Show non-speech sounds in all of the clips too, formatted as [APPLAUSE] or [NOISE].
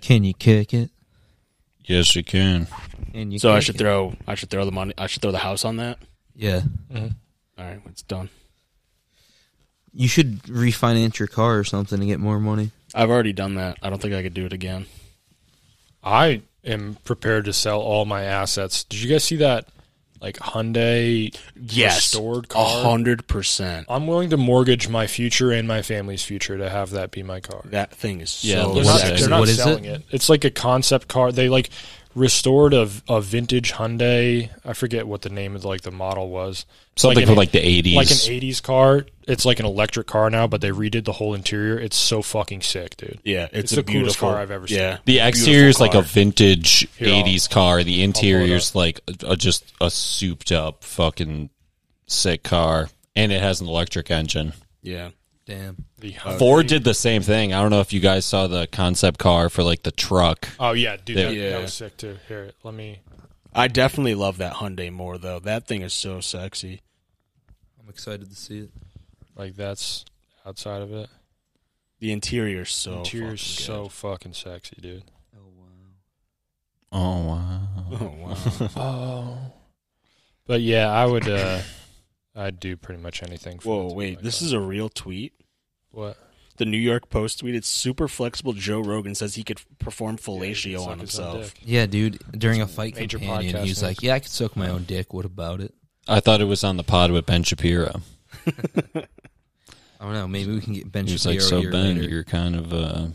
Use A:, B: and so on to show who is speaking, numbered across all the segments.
A: Can you kick it?
B: Yes, you can.
A: And you
C: So I
A: kick
C: should
A: it.
C: throw I should throw the money I should throw the house on that.
A: Yeah,
C: All right, it's done.
A: you should refinance your car or something to get more money.
C: I've already done that. I don't think I could do it again.
D: I am prepared to sell all my assets. Did you guys see that like Hyundai restored
C: a
D: car?
C: hundred percent.
D: I'm willing to mortgage my future and my family's future to have that be my car.
C: That thing is
B: Yeah,
C: so
D: They're
B: What
D: not,
B: is
C: sexy.
B: it?
D: they're not
A: What is
D: selling
A: it?
D: it? It's like a concept car. They like restored a, a vintage Hyundai. I forget what the name of like the model was.
B: Something
D: Like an
B: from
D: eight-
B: like the eighties.
D: Like an 80s car. It's like an electric car now, but they redid the whole interior. It's so fucking sick, dude.
C: Yeah, it's,
D: It's
C: a
D: the coolest
C: beautiful
D: car I've ever seen.
C: Yeah,
B: the exterior is like a
C: Beautiful
B: vintage
D: Here, I'll-
B: eighties car. The interior
D: I'll
B: is like a, just a souped up fucking sick car, and it has an electric engine.
C: yeah.
A: Damn.
D: The
B: Ford did the same thing. I don't know if you guys saw the concept car for like the truck.
D: Oh yeah, dude,
B: Yeah.
D: that,
C: Yeah.
D: that was sick too. Here, let me.
C: I definitely love that Hyundai more though. That thing is so sexy.
A: I'm excited to see it.
D: Like that's outside of it.
C: The interior's so
D: Interior's
C: fucking
D: so fucking sexy, dude.
A: Oh wow.
B: Oh wow!
C: good. Oh
D: [LAUGHS]
C: wow.
D: Oh. But yeah, I would. uh I'd do pretty much anything. For
C: Whoa, wait. This is a real tweet.
D: what?
C: The New York Post tweeted super flexible Joe Rogan says he could perform fellatio
D: Suck
C: on
D: his own
C: himself.
D: dick.
A: Yeah, dude. During a fight
D: Major
A: companion,
D: podcast
A: he was
D: news.
A: like, "Yeah, I could suck my own dick. What about it?
B: I thought it was on the pod with Ben Shapiro.
D: [LAUGHS]
A: I don't know. Maybe we can get Ben
B: He was
A: Shapiro
B: like, "So
A: here
B: Ben,
A: later."
B: you're kind of uh,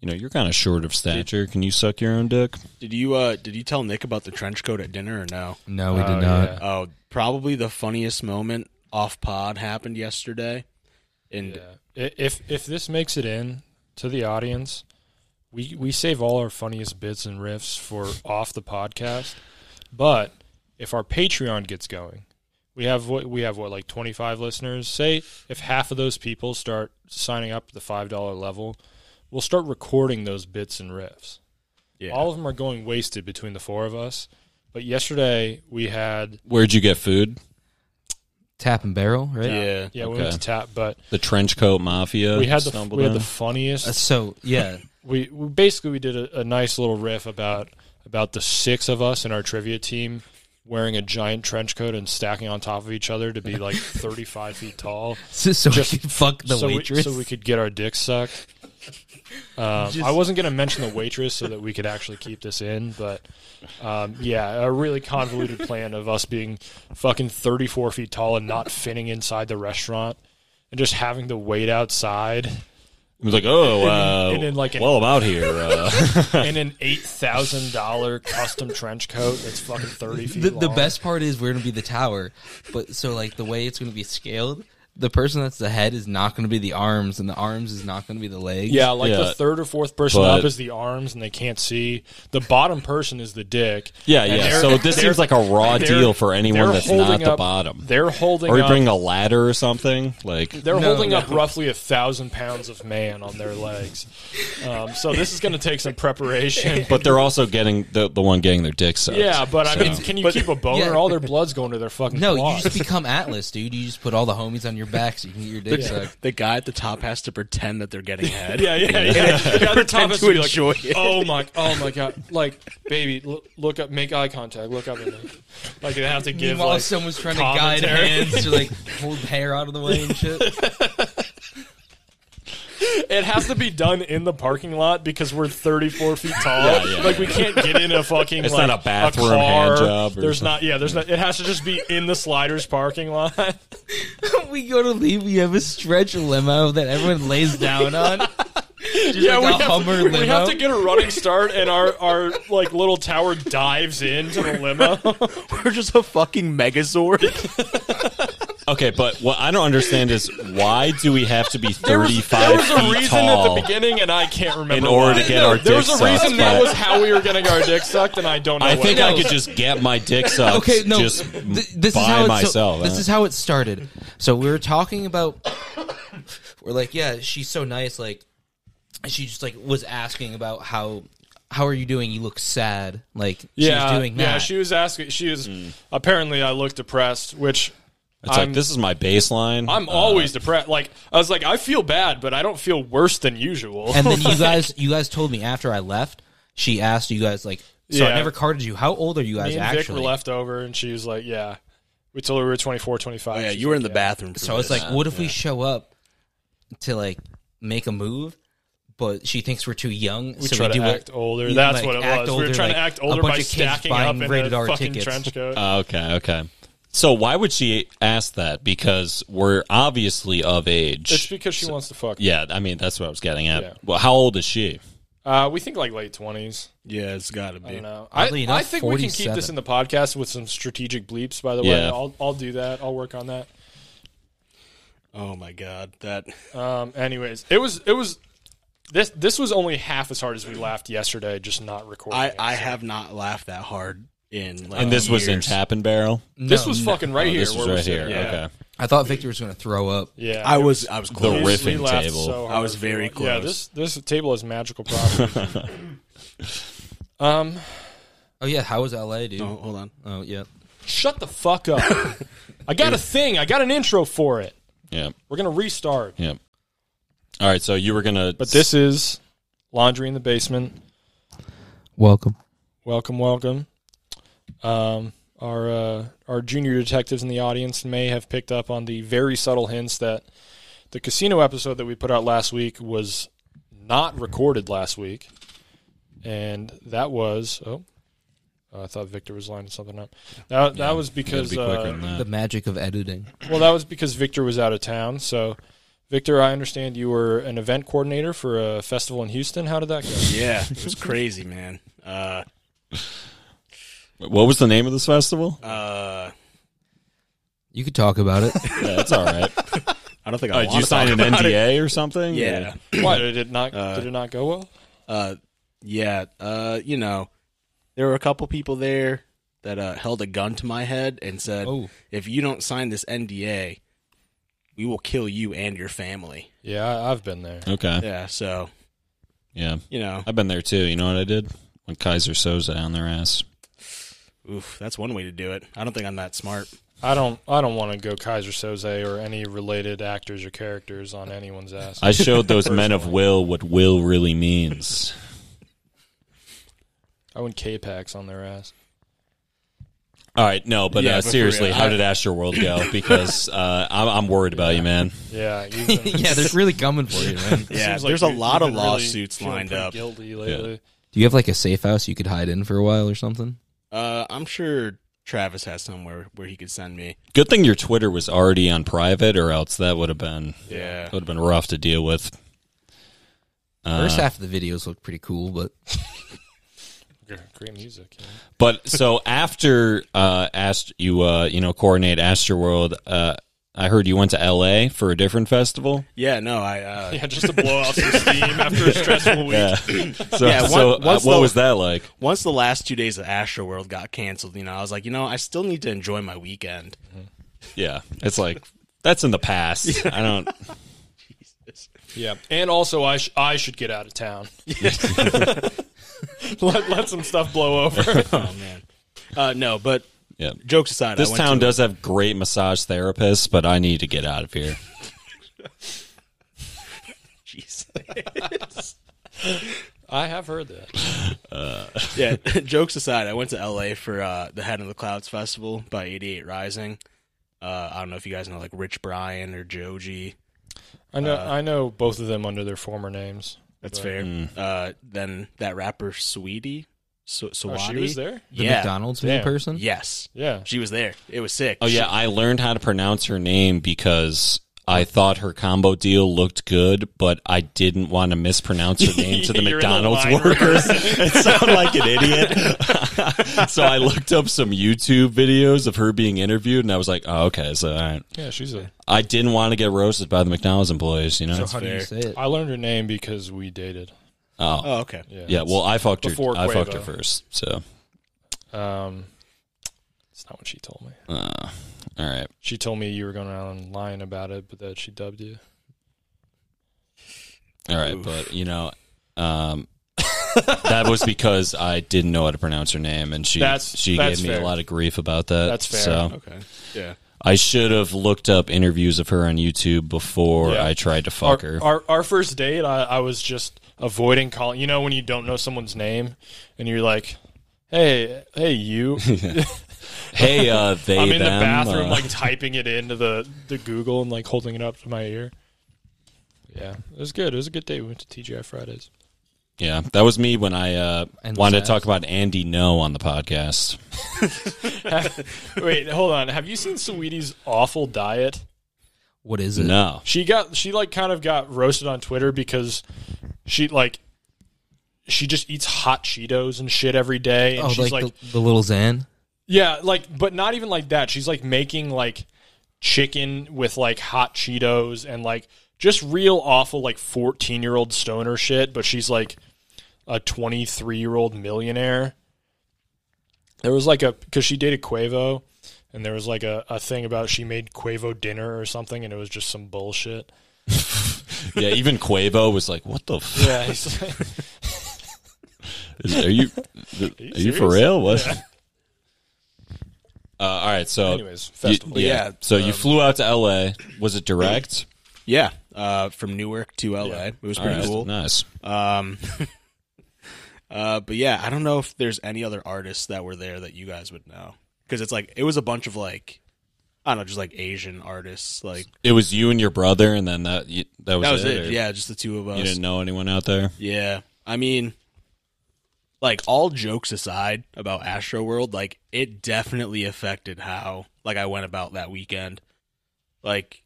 B: you know, you're kind of short of stature. Can you suck your own dick?"
C: Did you uh did you tell Nick about the trench coat at dinner or no?
A: No, we
D: Oh,
A: did not.
D: yeah.
C: Oh, probably the funniest moment off pod happened yesterday. And
D: Yeah. I- If if this makes it in to the audience, we we save all our funniest bits and riffs for off the podcast. But if our Patreon gets going, we have what we have what like twenty five listeners. Say if half of those people start signing up at the five dollar level, we'll start recording those bits and riffs.
C: yeah.
D: All of them are going wasted between the four of us. But yesterday we had
B: Where'd you get food?
A: Tap and barrel, right?
C: yeah.
D: yeah we went
B: Okay.
D: to tap, but
B: The trench coat mafia.
D: we had the
B: stumbled
D: we had the
B: in?
D: funniest
A: Uh, so yeah, [LAUGHS]
D: we, we basically we did a, a nice little riff about about the six of us in our trivia team wearing a giant trench coat and stacking on top of each other
A: [LAUGHS]
D: to be like 35 feet tall
A: so, so
D: Just-
A: we could fuck the
D: so, we,
A: waitress.
D: so we could get our dicks sucked um, i wasn't going to mention the waitress so that we could actually keep this in but um, yeah a really convoluted plan of us being fucking 34 feet tall and not fitting inside the restaurant and just having to wait outside
B: It was like, oh, uh,
D: [LAUGHS] and then, like, an-
B: well, I'm out here.
D: [LAUGHS]
B: Uh,
D: in an eight thousand dollar custom trench coat that's fucking thirty feet
A: the,
D: long.
A: the best part is we're gonna be the tower, but so like the way it's gonna be scaled, the person that's the head is not gonna be the arms, and the arms is not gonna be the legs.
D: Yeah, like
B: Yeah.
D: the third or fourth person
B: But-
D: up is the arms, and they can't see. The bottom person is the dick.
B: yeah,
D: And
B: yeah.
D: they're-
B: So this
D: they're-
B: seems like a raw
D: they're-
B: deal for anyone
D: they're
B: that's
D: holding
B: not the
D: up-
B: bottom.
D: They're
B: [LAUGHS]
D: holding.
B: Are we
D: up,
B: bringing a ladder or something? Like,
D: They're
A: No,
D: holding up roughly a thousand pounds of man on their legs. Um, so this is going to take some preparation.
B: [LAUGHS] but they're also getting the the one getting their dick sucked.
D: yeah, but I
B: So-
D: mean, can you keep a boner?
A: Yeah.
D: All their blood's going to their fucking.
A: No, you
D: quads.
A: just become Atlas, dude. You just put all the homies on your back so you can get your dick sucked.
C: The guy at the top has to pretend that they're
D: [LAUGHS]
C: getting head.
D: Yeah, yeah, yeah. yeah. the
C: Pretend
D: Thomas
C: to
D: would be
C: enjoy
D: like,
C: it.
D: Oh my, oh my god! Like, baby, look, look up, make eye contact, look up, and like they have to give.
A: Meanwhile,
D: Like,
A: someone's trying to guide
D: commentary.
A: hands to like hold hair out of the way and shit.
D: it has to be done in the parking lot because we're 34 feet tall.
B: yeah,
D: like we can't get in a fucking.
B: It's
D: like,
B: not a bathroom
D: car.
B: hand job or
D: there's
B: something.
D: not. Yeah, there's not. It has to just be in the sliders parking lot.
A: [LAUGHS]
D: [LAUGHS]
A: we go to leave, we have a stretch limo that everyone lays down on. Just
D: yeah,
A: like
D: we,
A: a
D: have,
A: Hummer
D: we
A: limo.
D: have to get a running start, and our our like little tower dives into the [LAUGHS] limo.
C: We're just a fucking
D: [LAUGHS]
C: megazord.
B: okay, but what I don't understand is why do we have to be
D: [LAUGHS] There was-
B: thirty five feet
D: There was a reason
B: tall?
D: at the beginning, and I can't
B: In
D: remember.
B: order
D: why.
B: to get our
D: there was
B: dicks
D: a reason
B: sucked,
D: that
B: but-
D: was how we were going to get our dick sucked, and I don't know.
B: I
D: what
B: think
D: it
B: I
D: was.
B: could just get
A: [LAUGHS]
B: my dick sucked.
A: [LAUGHS] okay, no,
B: just
A: th- this
B: by
A: is how it,
B: myself.
A: So, this is how it started. So we were talking about, we're like, yeah, she's so nice. Like, she just like was asking about how, how are you doing? You look sad. Like,
D: Yeah,
A: she was doing that. Mm.
D: yeah. She was asking. She was apparently. I looked depressed, which
B: it's
D: I'm-
B: like this is my baseline. Uh,
A: uh,
D: I'm always depressed. Like I [LAUGHS] was like, I feel bad, but I don't feel worse than usual.
A: and then you guys, you guys told me after I left she asked you guys like, so I
D: Yeah.
A: never carded you. How old are you guys
D: Me and Vic
A: actually?
D: were left over, and she was like, "Yeah." We told her we were 24, 25.
C: Oh yeah,
D: She's
C: you were
D: like,
C: in the
D: "Yeah."
C: bathroom. For
A: so I was
C: this.
A: like, what if we show up to like make a move, but she thinks we're too young,
D: We
A: so
D: try
A: we
D: to
A: do
D: act
A: it.
D: older.
A: you,
D: That's
A: like,
D: what it
A: act
D: was. we
A: older,
D: were trying
A: like,
D: to act
A: a
D: older
A: bunch
D: by
A: of kids
D: stacking
A: buying
D: up in
A: rated
D: a
A: R
D: fucking
A: tickets.
D: trench coat.
B: Uh, okay, okay. So why would she ask that? Because we're obviously of age.
D: it's because she wants to fuck.
B: yeah, I mean that's what I was getting at.
D: Yeah.
B: Well, how old is she?
D: Uh, we think like late twenties.
C: yeah, it's got to
D: I
C: be.
D: don't know. I,
A: Oddly
D: I
A: enough,
D: think we can keep this
A: 47.
D: in the podcast with some strategic bleeps. By the way,
B: Yeah.
D: I'll I'll do that. I'll work on that.
C: Oh my god, that
D: Um, anyways, it was it was this this was only half as hard as we laughed yesterday, just not recording.
C: I
D: it,
C: I
D: so.
C: have not laughed that hard in like
B: And this was in
C: years.
B: Tap and Barrel.
D: this
A: No,
D: was
A: no.
D: fucking right
B: Oh,
D: here.
B: this was
D: where we're
B: right here.
D: sitting. Yeah.
B: Okay.
A: I thought Victor was going to throw up.
D: Yeah,
C: I
D: it
C: was I was
D: we-
C: close.
B: riff-
D: we
B: riffing
D: laughed
B: table.
D: so
C: I
D: hard.
C: was very
D: Yeah,
C: close.
D: this this table has magical properties. um,
A: Oh yeah, how was LA, dude?
C: Oh, hold on.
A: Oh yeah,
D: shut the fuck up. I got a thing. I got an intro for it.
B: Yeah.
D: We're gonna restart.
B: Yeah. All right. So you were gonna.
D: But this is laundry in the basement.
A: welcome.
D: Welcome, welcome. Um, our uh, our junior detectives in the audience may have picked up on the very subtle hints that the casino episode that we put out last week was not recorded last week, and that was oh, I thought Victor was lining something up. That that was
B: Gotta
D: because
B: be quicker than
D: uh,
B: that.
A: The magic of editing.
D: well, that was because Victor was out of town. So, Victor, I understand you were an event coordinator for a festival in Houston. How did that [CLEARS THROAT] go?
C: Yeah, it was crazy, man. Uh,
B: what was the name of this
C: [LAUGHS]
B: festival?
C: uh,
A: You could talk about
D: [LAUGHS]
A: it.
B: yeah, it's all
C: [LAUGHS]
B: right.
C: I don't think I
B: Uh,
C: want
B: did you
C: to
B: sign an
C: talk about it.
B: NDA or something?
C: Yeah,
D: Why did it not? did it not go well?
C: uh, yeah. Uh, you know, there were a couple people there that uh, held a gun to my head and said,
A: Oh.
C: "If you don't sign this NDA, we will kill you and your family."
D: Yeah, I, I've been there.
B: Okay.
C: Yeah, so
B: Yeah.
C: you know,
B: I've been there too. You know what I did? When Kaiser Soza down their ass.
C: oof, that's one way to do it. I don't think I'm that smart.
D: I don't. I don't want to go Kaiser Soze or any related actors or characters on anyone's ass.
B: I showed those men of will what will really means.
D: I went K-Pax on their ass.
B: All right, no, but,
C: Yeah,
B: uh,
C: but for
B: seriously,
C: real,
B: how
C: I-
B: did Astro World go? Because uh, I'm, I'm worried about you, man.
D: Yeah, you've been-
A: [LAUGHS]
D: [LAUGHS]
A: yeah, they're really coming for you, man.
C: Yeah,
D: seems like
C: there's
D: you-
C: a
D: you've
C: lot of
D: been really
C: lawsuits
D: feeling
C: lined
D: pretty
C: up.
D: Guilty lately.
A: Do you have like a safe house you could hide in for a while or something?
C: Uh, I'm sure Travis has somewhere where he could send me.
B: Good thing your Twitter was already on private, or else that would have been
C: Yeah.
B: that would have been rough to deal with.
A: First half of the videos looked pretty cool, but
D: Gr- Great music. yeah.
B: But
C: [LAUGHS]
B: so after uh, asked you, uh, you know, coordinate Astroworld. Uh, I heard you went to L.A. for a different festival.
C: Yeah, no, I uh,
D: [LAUGHS] Yeah, just to blow out some
C: [LAUGHS]
D: steam after a stressful week.
B: Yeah. [COUGHS] So,
C: [COUGHS] Yeah,
B: so
C: once-
B: uh,
C: once
B: what
C: the-
B: was that like?
C: once the last two days of Astroworld got canceled, you know, I was like, you know, I still need to enjoy my
D: [LAUGHS]
C: weekend. [LAUGHS]
B: Yeah, it's like that's in the past.
C: [LAUGHS]
B: I don't.
D: Yeah, and also I sh- I should get out of town. [LAUGHS] let let some stuff blow over.
C: oh man, uh, no, but
B: Yeah.
C: jokes aside, I
B: This
C: went
B: town
C: to-
B: does have great massage therapists, but I need to get out of here.
C: [LAUGHS] Jeez. [LAUGHS]
D: I have heard that.
C: yeah, [LAUGHS] jokes aside, I went to LA for uh, the Head of the Clouds Festival by 88 Rising. Uh, I don't know if you guys know like Rich Brian or Joji.
D: I know. I know both of them under their former names.
C: That's fair.
B: Mm.
C: Uh, then that rapper Sweetie, so-
D: Oh, she
C: Sawadi?
D: was there.
A: the
C: yeah.
A: McDonald's new
D: Damn.
A: person.
C: Yes,
D: Yeah.
C: she was there. It was sick.
B: Oh yeah, I learned how to pronounce her name because I thought her combo deal looked good, but I didn't want to mispronounce
D: [LAUGHS]
B: her name to the
D: You're in the
B: McDonald's
D: line
B: workers. [LAUGHS] it sounded like an idiot. [LAUGHS] so I looked up some YouTube videos of her being interviewed, and I was like, "Oh, okay." So all right.
D: Yeah, she's a.
B: I didn't want to get roasted by the McDonald's employees, you know.
A: So how do you
C: fair.
A: say it?
D: I learned her name because we dated.
B: oh,
C: Oh, okay.
D: Yeah.
B: yeah. Well, I fucked her.
D: Before
B: I fucked her
D: Quavo.
B: first. So
D: Um, it's not what she told me.
B: uh, all right.
D: She told me you were going around lying about it, but that she dubbed you.
B: All right,
C: Oof.
B: but you know, um, [LAUGHS] that was because I didn't know how to pronounce her name, and she
D: That's-
B: she
D: that's
B: gave me
D: fair.
B: a lot of grief about that.
D: That's fair.
B: So
C: Okay. Yeah.
B: I should have looked up interviews of her on YouTube before
D: Yeah.
B: I tried to fuck
D: our,
B: her.
D: Our, our first date, I, I was just avoiding calling. You know, when you don't know someone's name and you're like, hey, hey, you.
B: Hey, uh, they,
D: [LAUGHS] I'm in
B: them,
D: the bathroom,
B: uh,
D: like typing it into the, the Google and like holding it up to my ear. Yeah, it was good. It was a good day. We went to TGI Fridays.
B: yeah, that was me when I uh,
A: And
B: wanted to
A: Zach.
B: talk about Andy No on the podcast.
D: [LAUGHS] Wait, hold on. Have you seen Sweetie's awful diet?
A: What is it?
B: No,
D: She got she like kind of got roasted on Twitter because she like she just eats hot Cheetos and shit every day, and
A: Oh,
D: she's
A: like,
D: like,
A: the, the little Xan?
D: yeah, like but not even like that. She's like making like chicken with like hot Cheetos and like just real awful like fourteen year old stoner shit. But she's like a twenty three year old millionaire. There was like a because she dated Quavo, and there was like a, a thing about she made Quavo dinner or something, and it was just some bullshit.
B: yeah, even Quavo was like, "What the? F-
D: Yeah, [LAUGHS] he's like,
B: is, are
C: [LAUGHS]
B: you? Are you, for
D: serious?
B: real? What?" Uh, all right, so
D: Anyways,
B: you-
D: festival.
B: yeah.
C: Yeah, um,
B: so you flew out to L.A. Was it direct?
C: [CLEARS THROAT] Yeah, uh, from Newark to LA. It was
B: All
C: pretty
B: right,
C: cool.
B: Nice.
C: Um, uh, but yeah, I don't know if there's any other artists that were there that you guys would know because it's like it was a bunch of like I don't know, just like Asian artists. Like
B: It was you and your brother, and then that you, that was
C: that was
B: it.
C: it.
B: or
C: Yeah, just the two of us.
B: you didn't know anyone out there.
C: Yeah, I mean, like all jokes aside about Astro World, like it definitely affected how like I went about that weekend. Like,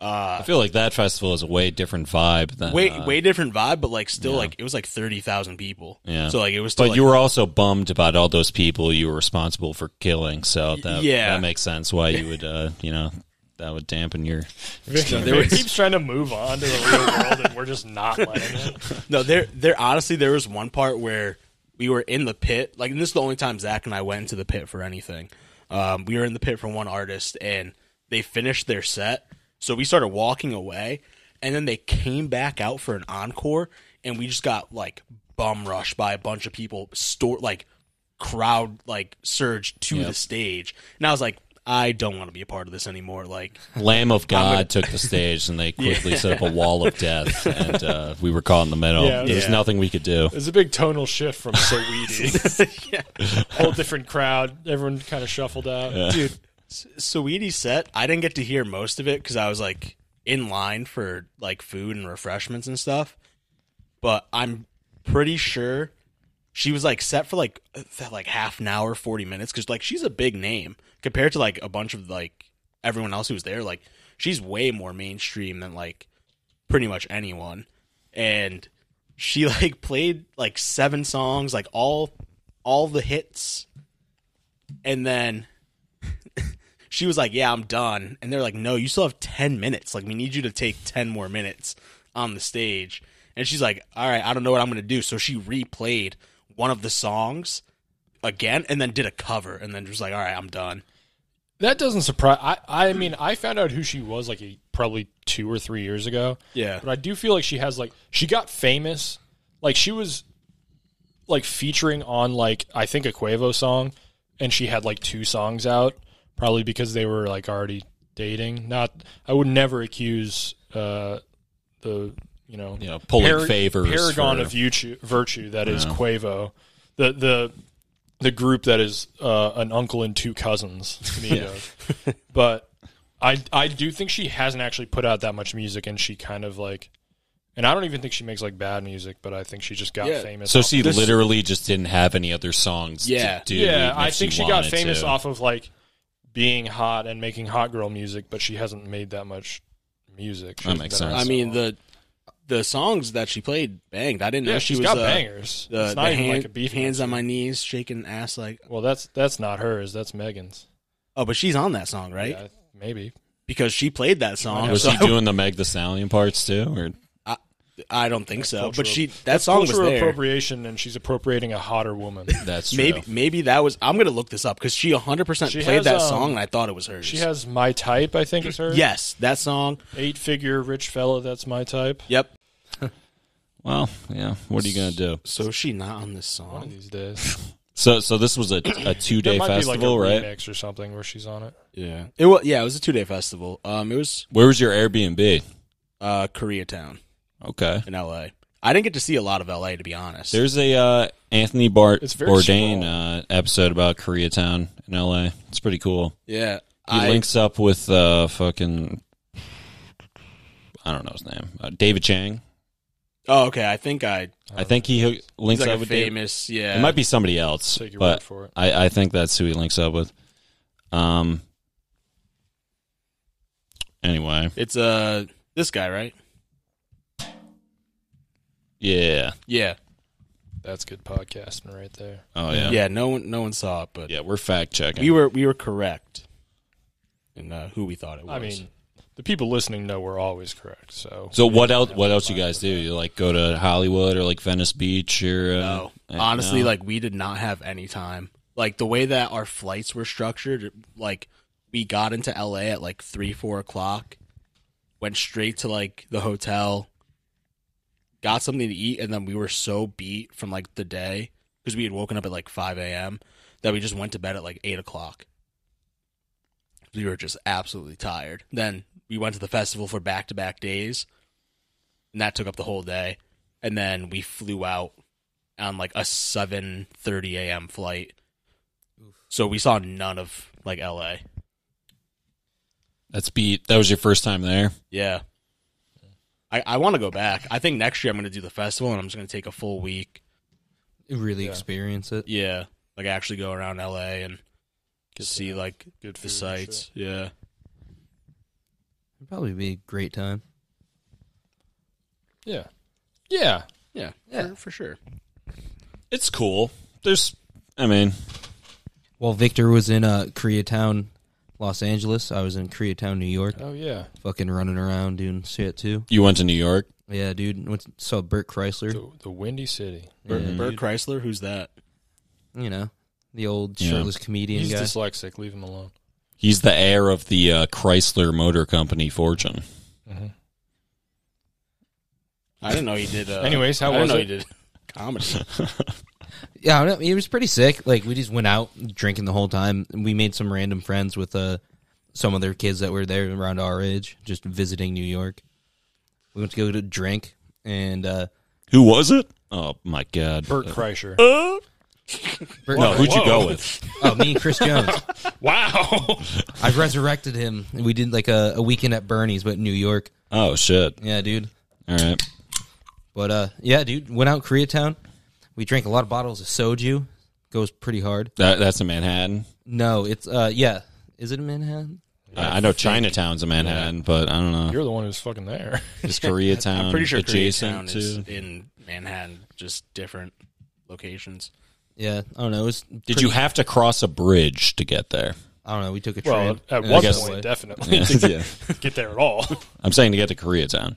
C: uh,
B: I feel like that festival is a way different vibe than
C: way
B: uh,
C: way different vibe, but like still
B: yeah.
C: like it was like thirty thousand people.
B: Yeah.
C: So like it was. Still,
B: But
C: like,
B: you were also bummed about all those people you were responsible for killing, so that
C: yeah.
B: that makes sense why
C: [LAUGHS]
B: you would uh, you know that would dampen your
D: Vic,
C: So there
D: Vic
C: was-
D: keeps trying to move on to the real world, and we're just not letting it.
C: No, there, there. Honestly, there was one part where we were in the pit. Like, and this is the only time Zach and I went into the pit for anything. Um, we were in the pit for one artist, and they finished their set. So we started walking away, and then they came back out for an encore, and we just got like bum rushed by a bunch of people. Store like crowd like surge to the stage, and I was like, I don't want to be a part of this anymore. Like,
B: Lamb of God took the stage
D: [LAUGHS]
B: and they quickly set up a wall of death, and uh, we were caught in the middle.
D: Yeah.
B: There's
C: Yeah.
B: nothing we could do.
D: It's a big tonal shift from Saweetie. Whole different crowd. Everyone kind of shuffled out.
C: dude. Sweetie's set. I didn't get to hear most of it because I was like in line for like food and refreshments and stuff. But I'm pretty sure she was like set for like uh, like half an hour, forty minutes because like she's a big name compared to like a bunch of like everyone else who was there. Like she's way more mainstream than like pretty much anyone and she [LAUGHS] like played like seven songs like all all the hits and then she was like yeah i'm done and they're like no you still have 10 minutes like we need you to take 10 more minutes on the stage and she's like all right i don't know what i'm gonna do so she replayed one of the songs again and then did a cover and then just like all right i'm done
D: That doesn't surprise. I, I mean, I found out who she was like a, probably two or three years ago.
C: Yeah.
D: But I do feel like she has like she got famous. Like she was like featuring on like I think a Quavo song, and she had like two songs out, probably because they were like already dating. Not I would never accuse uh, the you know
B: You know, pulling
D: par-
B: favors.
D: paragon
B: for-
D: of virtue, virtue that is Quavo, the the the group that is uh, an uncle and two cousins to me. though. but I I do think she hasn't actually put out that much music, and she kind of like, and I don't even think she makes like bad music, but I think she just got
C: Yeah.
D: famous.
B: So
D: off-
B: she literally just didn't have any other songs.
C: Yeah.
B: to do
D: yeah,
B: even
D: I
B: if
D: think she, got
B: wanted
D: famous
B: to.
D: off of like being hot and making hot girl music, but she hasn't made that much music. She
B: That
D: hasn't
B: makes
D: been out
B: sense.
C: i
D: so
C: mean
D: long.
C: the the songs that she played banged i didn't
D: yeah,
C: know she
D: she's
C: was
D: got
C: uh,
D: bangers.
C: the,
D: it's not
C: the
D: even
C: hand-
D: like a beef
C: hands on my knees, shaking ass like.
D: Well, that's that's not hers. That's Megan's.
C: Oh, but she's on that song, right?
D: Yeah, maybe.
C: Because she played that song.
B: Was
C: so
B: she doing the Meg the Stallion parts too? Or
C: I, [LAUGHS] I don't think so.
D: cultural-
C: But she that song was
D: Cultural
C: there.
D: appropriation, and she's appropriating a hotter
C: [LAUGHS]
D: woman.
B: that's true.
C: Maybe maybe that was. I'm gonna look this up because she 100 percent
D: She
C: played
D: has,
C: that
D: um,
C: song and I thought it was hers.
D: she has my type. I think is her.
C: yes, that song.
D: eight figure rich fella. That's my type.
C: Yep.
B: Well, yeah. What are you gonna do?
C: So is she not on this
D: One of
C: song?
D: these days,
B: So, so this was a, a two [LAUGHS]
D: There
B: day
D: might
B: festival,
D: be like
B: right?
D: a remix or something where she's on it.
C: Yeah. It was. Yeah, it was a two day festival. Um, it was
B: Where was your Airbnb?
C: uh Koreatown
B: Okay,
C: in L.A. I didn't get to see a lot of LA to be honest.
B: There's a uh, Anthony Bart
D: It's very
B: Bourdain
D: small.
B: uh, episode about Koreatown in L.A. It's pretty cool.
C: yeah,
B: He
C: I,
B: links up with uh, fucking I don't know his name, uh, David Chang.
C: Oh, okay. I think I
B: I think he ho-
C: he's
B: links
C: like
B: up
C: a
B: with David.
C: famous. Yeah,
B: It might be somebody else,
D: Take your word
B: but
D: for it.
B: I, I think that's who he links up with. Um. Anyway,
C: It's uh this guy, right?
B: yeah.
C: Yeah,
D: That's good podcasting right there.
B: Oh yeah.
C: yeah. No one, no one saw it, but
B: Yeah, we're fact checking.
C: we were we were correct in uh, who we thought it was.
D: I mean, the people listening know we're always correct. So,
B: So what else? What else you guys do? You like go to Hollywood or like Venice Beach or? Uh,
C: No.
B: uh,
C: Honestly,
B: no?
C: like we did not have any time. Like the way that our flights were structured, like we got into LA at like three, four o'clock, went straight to like the hotel, got something to eat, and then we were so beat from like the day because we had woken up at like five a.m. that we just went to bed at like eight o'clock. We were just absolutely tired. Then we went to the festival for back to back days, and that took up the whole day. And then we flew out on like a 7:30 a.m. flight. So we saw none of like LA.
B: that's beat. That was your first time there.
C: Yeah. I, I want to go back. I think next year I'm going to do the festival and I'm just going to take a full week.
A: Really experience it.
C: Yeah. Like actually go around LA and see like
D: good
C: the
D: food and shit.
C: sights. Yeah.
A: It'd probably be a great time.
D: Yeah, yeah.
C: Yeah.
A: Yeah.
C: For, for sure.
B: It's cool. There's, I mean,
A: While Victor was in uh, Koreatown, Los Angeles, I was in Koreatown, New York,
D: Oh yeah,
A: fucking running around doing shit too.
B: you went to New York.
A: Yeah, dude. Went, saw Burt Chrysler.
D: the, the Windy City.
C: Bert,
A: Yeah,
C: Bert
A: dude.
C: Chrysler, who's that?
A: You know, the old
B: Yeah.
A: shirtless comedian
D: He's
A: guy.
D: dyslexic. Leave him alone.
B: He's the heir of the uh, Chrysler Motor Company fortune.
C: I didn't know he did. Uh,
D: Anyways, how
C: I didn't
D: was
C: know
D: it?
C: He did comedy.
A: [LAUGHS] Yeah, I don't know, it was pretty sick. Like we just went out drinking the whole time. and We made some random friends with uh, some other kids that were there around our age, just visiting New York. We went to go to drink, and uh,
B: Who was it? Oh my God!
D: Bert Kreischer.
A: Bert-
B: no, who'd you go
D: Whoa.
B: with?
A: oh, me and Chris Jones.
D: wow.
A: I resurrected him. We did like a, a weekend at Bernie's, but in New York.
B: Oh shit!
A: Yeah, dude.
B: All right.
A: But uh, yeah, dude. Went out Koreatown. We drank a lot of bottles of soju. Goes pretty hard.
B: That, that's in Manhattan.
A: No, it's uh, yeah. Is it in Manhattan?
B: I, I know Chinatown's in Manhattan, but I don't know.
D: You're the one who's fucking there.
B: Is Koreatown
A: Um,
C: I'm pretty sure
B: adjacent
C: Koreatown is
B: to?
C: in Manhattan, just different locations.
A: Yeah, I don't know. It was
B: Did you have to cross a bridge to get there?
A: I don't know. We took a train.
D: [LAUGHS] Well, at
A: Yeah,
D: one
A: that's
B: guess-
A: the way.
D: point, uh, definitely [LAUGHS] get there at all.
B: I'm saying to get to Koreatown.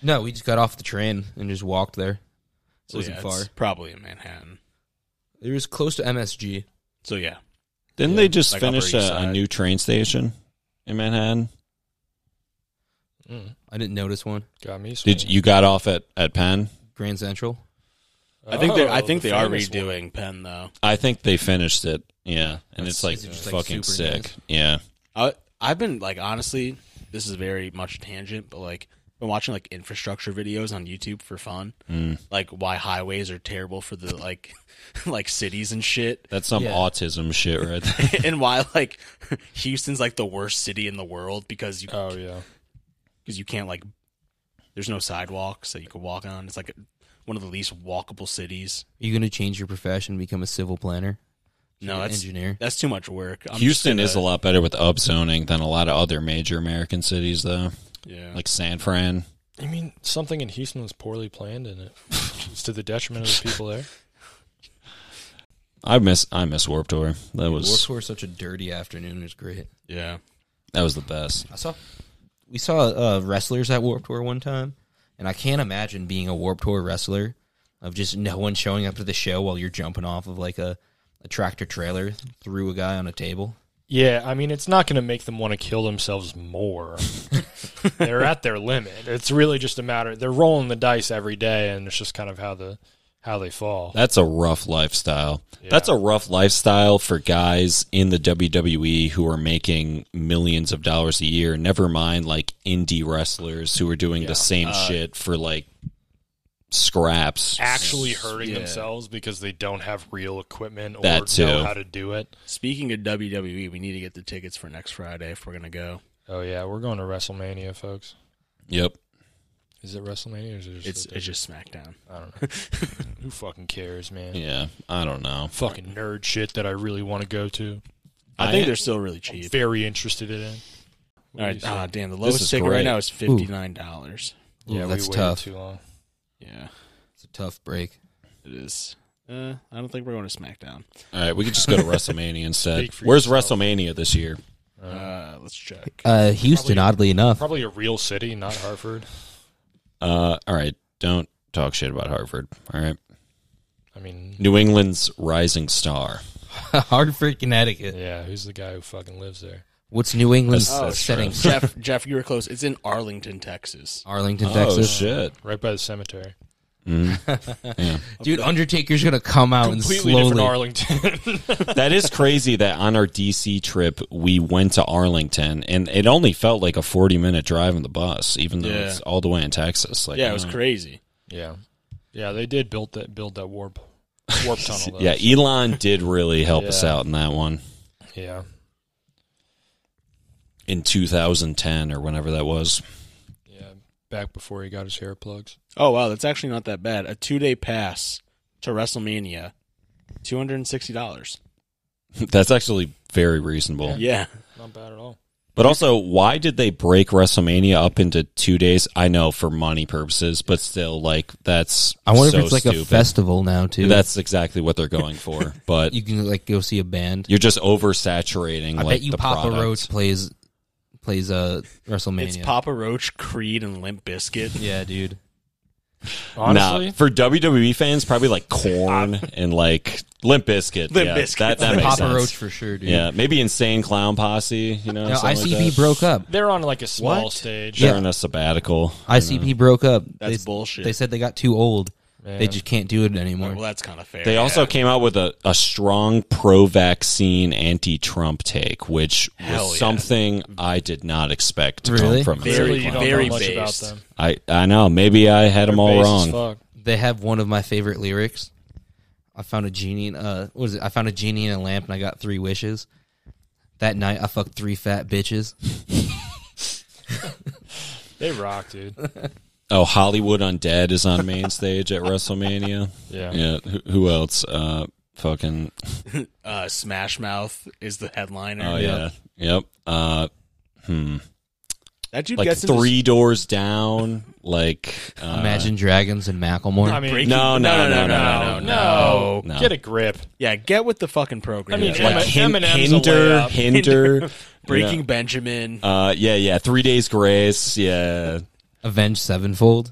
A: No, we just got off the train and just walked there. It
C: So
A: wasn't
C: yeah,
A: far.
C: it's probably in Manhattan.
A: It was close to MSG.
C: So yeah,
B: Didn't they just
C: like
B: finish
C: Upper East
B: a, a
C: Side.
B: new train station in Manhattan?
A: I didn't notice one.
D: [LAUGHS] Got me.
B: Did
D: swinging.
B: you got off at at Penn?
A: Grand Central.
C: I think they I
D: Oh,
C: think
D: the
C: they are
D: famous one.
C: redoing Penn though.
B: I think they finished it. Yeah, and
D: That's-
B: it's like
A: is it just, like,
B: fucking
A: super
B: sick.
A: nice?
B: Yeah,
C: I I've been like honestly, this is very much tangent, but like been watching like infrastructure videos on YouTube for fun, like why highways are terrible for the like [LAUGHS] like cities and shit, [LAUGHS]
B: that's some
A: Yeah.
B: autism shit right there.
C: and why like Houston's like the worst city in the world because you
D: Oh yeah.
C: because you can't like there's no sidewalks that you can walk on. It's like one of the least walkable cities.
A: Are you going to change your profession and become a civil planner?
C: No, that's
A: engineer.
C: That's too much work. [LAUGHS] I'm just
B: Houston is a
C: gonna-
B: lot better with upzoning than a lot of other major American cities, though,
C: yeah.
B: like San Fran.
D: You mean something in Houston was poorly planned and it [LAUGHS] was to the detriment of the people there?
B: I miss I miss Warp Tour. That
A: Warped
B: was
A: Tour is such a dirty afternoon. It was great.
C: yeah.
B: that was the best.
A: I saw. We saw uh, wrestlers at Warped Tour one time, and I can't imagine being a Warped Tour wrestler of just no one showing up to the show while you're jumping off of like a, a tractor trailer through a guy on a table.
D: Yeah, I mean, it's not going to make them want to kill themselves more. they're at their limit. It's really just a matter. They're rolling the dice every day, and it's just kind of how the how they fall.
B: That's a rough lifestyle. That's a rough lifestyle for guys in the WWE who are making millions of dollars a year. Never mind like indie wrestlers who are doing the same shit for like scraps.
D: actually hurting
C: Yeah.
D: themselves because they don't have real equipment or
B: That too.
D: know how to do it.
C: Speaking of WWE, we need to get the tickets for next Friday if we're gonna go.
D: Oh yeah, we're going to WrestleMania, folks.
B: Yep.
D: Is it WrestleMania? Or is it just
C: It's
D: a-
C: it's just SmackDown.
D: I don't know. Who fucking cares, man?
B: Yeah. I don't know.
D: Fucking nerd shit that I really want to go to.
C: I, think they're still really cheap.
D: Very interested in.
C: All right, ah, damn. The
B: is
C: lowest ticket
B: great.
C: right now is fifty nine dollars.
A: Yeah,
D: yeah,
A: that's
D: we waited
A: tough.
D: too long.
C: Yeah,
A: It's a tough break.
C: it is. Uh, I don't think we're going to SmackDown.
B: All right, we could
C: [LAUGHS]
B: just go to WrestleMania instead.
D: Speak for
B: Where's
D: yourself.
B: WrestleMania this year?
C: Uh, let's check.
A: Uh, Houston,
D: Probably-
A: oddly [LAUGHS] enough,
D: Probably a real city, not Hartford.
B: Uh, all right, don't talk shit about Harvard. All right,
D: I mean,
B: New England's rising star.
A: Hartford, Connecticut.
D: yeah, who's the guy who fucking lives there?
A: What's New England's
B: That's-
A: uh,
B: that's
A: setting?
C: Jeff, Jeff, you were close. It's in Arlington, Texas.
A: Arlington, Texas.
B: Oh, shit!
D: Right by the cemetery.
A: Dude, Undertaker's gonna come out and
D: [LAUGHS] Completely
A: slowly.
D: different Arlington.
B: That is crazy. That on our DC trip, we went to Arlington, and it only felt like a forty-minute drive on the bus, even though
C: Yeah.
B: it's all the way in Texas. Like,
C: Yeah, it was
B: uh,
C: crazy.
D: [LAUGHS] yeah, yeah, they did build that build that warp warp tunnel. Though.
B: Yeah, e- Elon did really help us
D: Yeah.
B: out in that one
D: yeah.
B: in 2010 or whenever that was. [LAUGHS]
D: Yeah, back before he got his hair plugs.
C: Oh wow, that's actually not that bad. A two day pass to WrestleMania, two hundred and sixty dollars.
B: That's actually very reasonable.
C: Yeah,
D: Not bad at all.
B: But also, why did they break WrestleMania up into two days? I know for money purposes, but still, like that's
A: I wonder
B: so
A: if it's like
B: stupid.
A: a festival now too.
B: That's exactly what they're
A: [LAUGHS]
B: going for, but
A: you can like go see a band.
B: you're just oversaturating.
A: I
B: like,
A: bet you
B: the
A: Papa
B: product.
A: Roach plays plays uh WrestleMania.
C: it's Papa Roach, Creed, and Limp Biscuit.
A: yeah, dude.
D: Honestly,
B: nah, for WWE fans, probably
C: [LAUGHS]
B: like corn and like Limp Bizkit.
C: Limp
B: yeah,
C: Bizkit.
B: That, that makes
A: Papa
B: sense.
A: Roach for sure, dude.
B: Yeah, maybe Insane Clown Posse. You know,
A: No,
B: something like
A: ICP
B: that.
A: broke up.
D: they're on like a small
C: What?
D: stage.
B: They're in a sabbatical.
A: ICP broke up. they,
C: That's bullshit.
A: They said they got too old.
D: Man.
A: They just can't do it anymore.
C: Well, that's kind of fair.
B: They also came out with a, a strong pro vaccine, anti Trump take, which
C: Hell
B: was
C: yeah.
B: something I did not expect to
A: Really?
B: come from
D: Really,
C: Very-
D: you don't
C: very
D: know much
C: based.
D: about them.
B: I, I know. Maybe I had them all
D: Based as
B: wrong.
D: fuck.
A: They have one of my favorite lyrics. I found a genie. In, uh, what is it? I found a genie in a lamp, and I got three wishes. That night, I fucked three fat bitches.
D: They rock, dude.
B: Oh, Hollywood Undead is on main stage at WrestleMania.
D: [LAUGHS] Yeah.
B: Yeah. Who, who else? Uh, fucking.
C: uh, Smash Mouth is the headliner.
B: Oh, yeah. Yep. Uh,
C: That dude
B: like
C: gets into-
B: three doors down. Like.
A: [LAUGHS]
B: Uh,
A: Imagine Dragons and Macklemore.
D: I mean,
C: Breaking-
B: No, no, no, no, no,
D: no,
B: no.
D: Get a grip.
C: Yeah, get with the fucking program.
D: I mean,
C: Yeah.
D: Eminem-
B: Like hin-
D: Eminem's a
B: hinder,
D: layup.
B: hinder,
C: Breaking
B: Yeah.
C: Benjamin.
B: Uh, yeah, yeah. Three days grace. Yeah.
A: Avenged Sevenfold.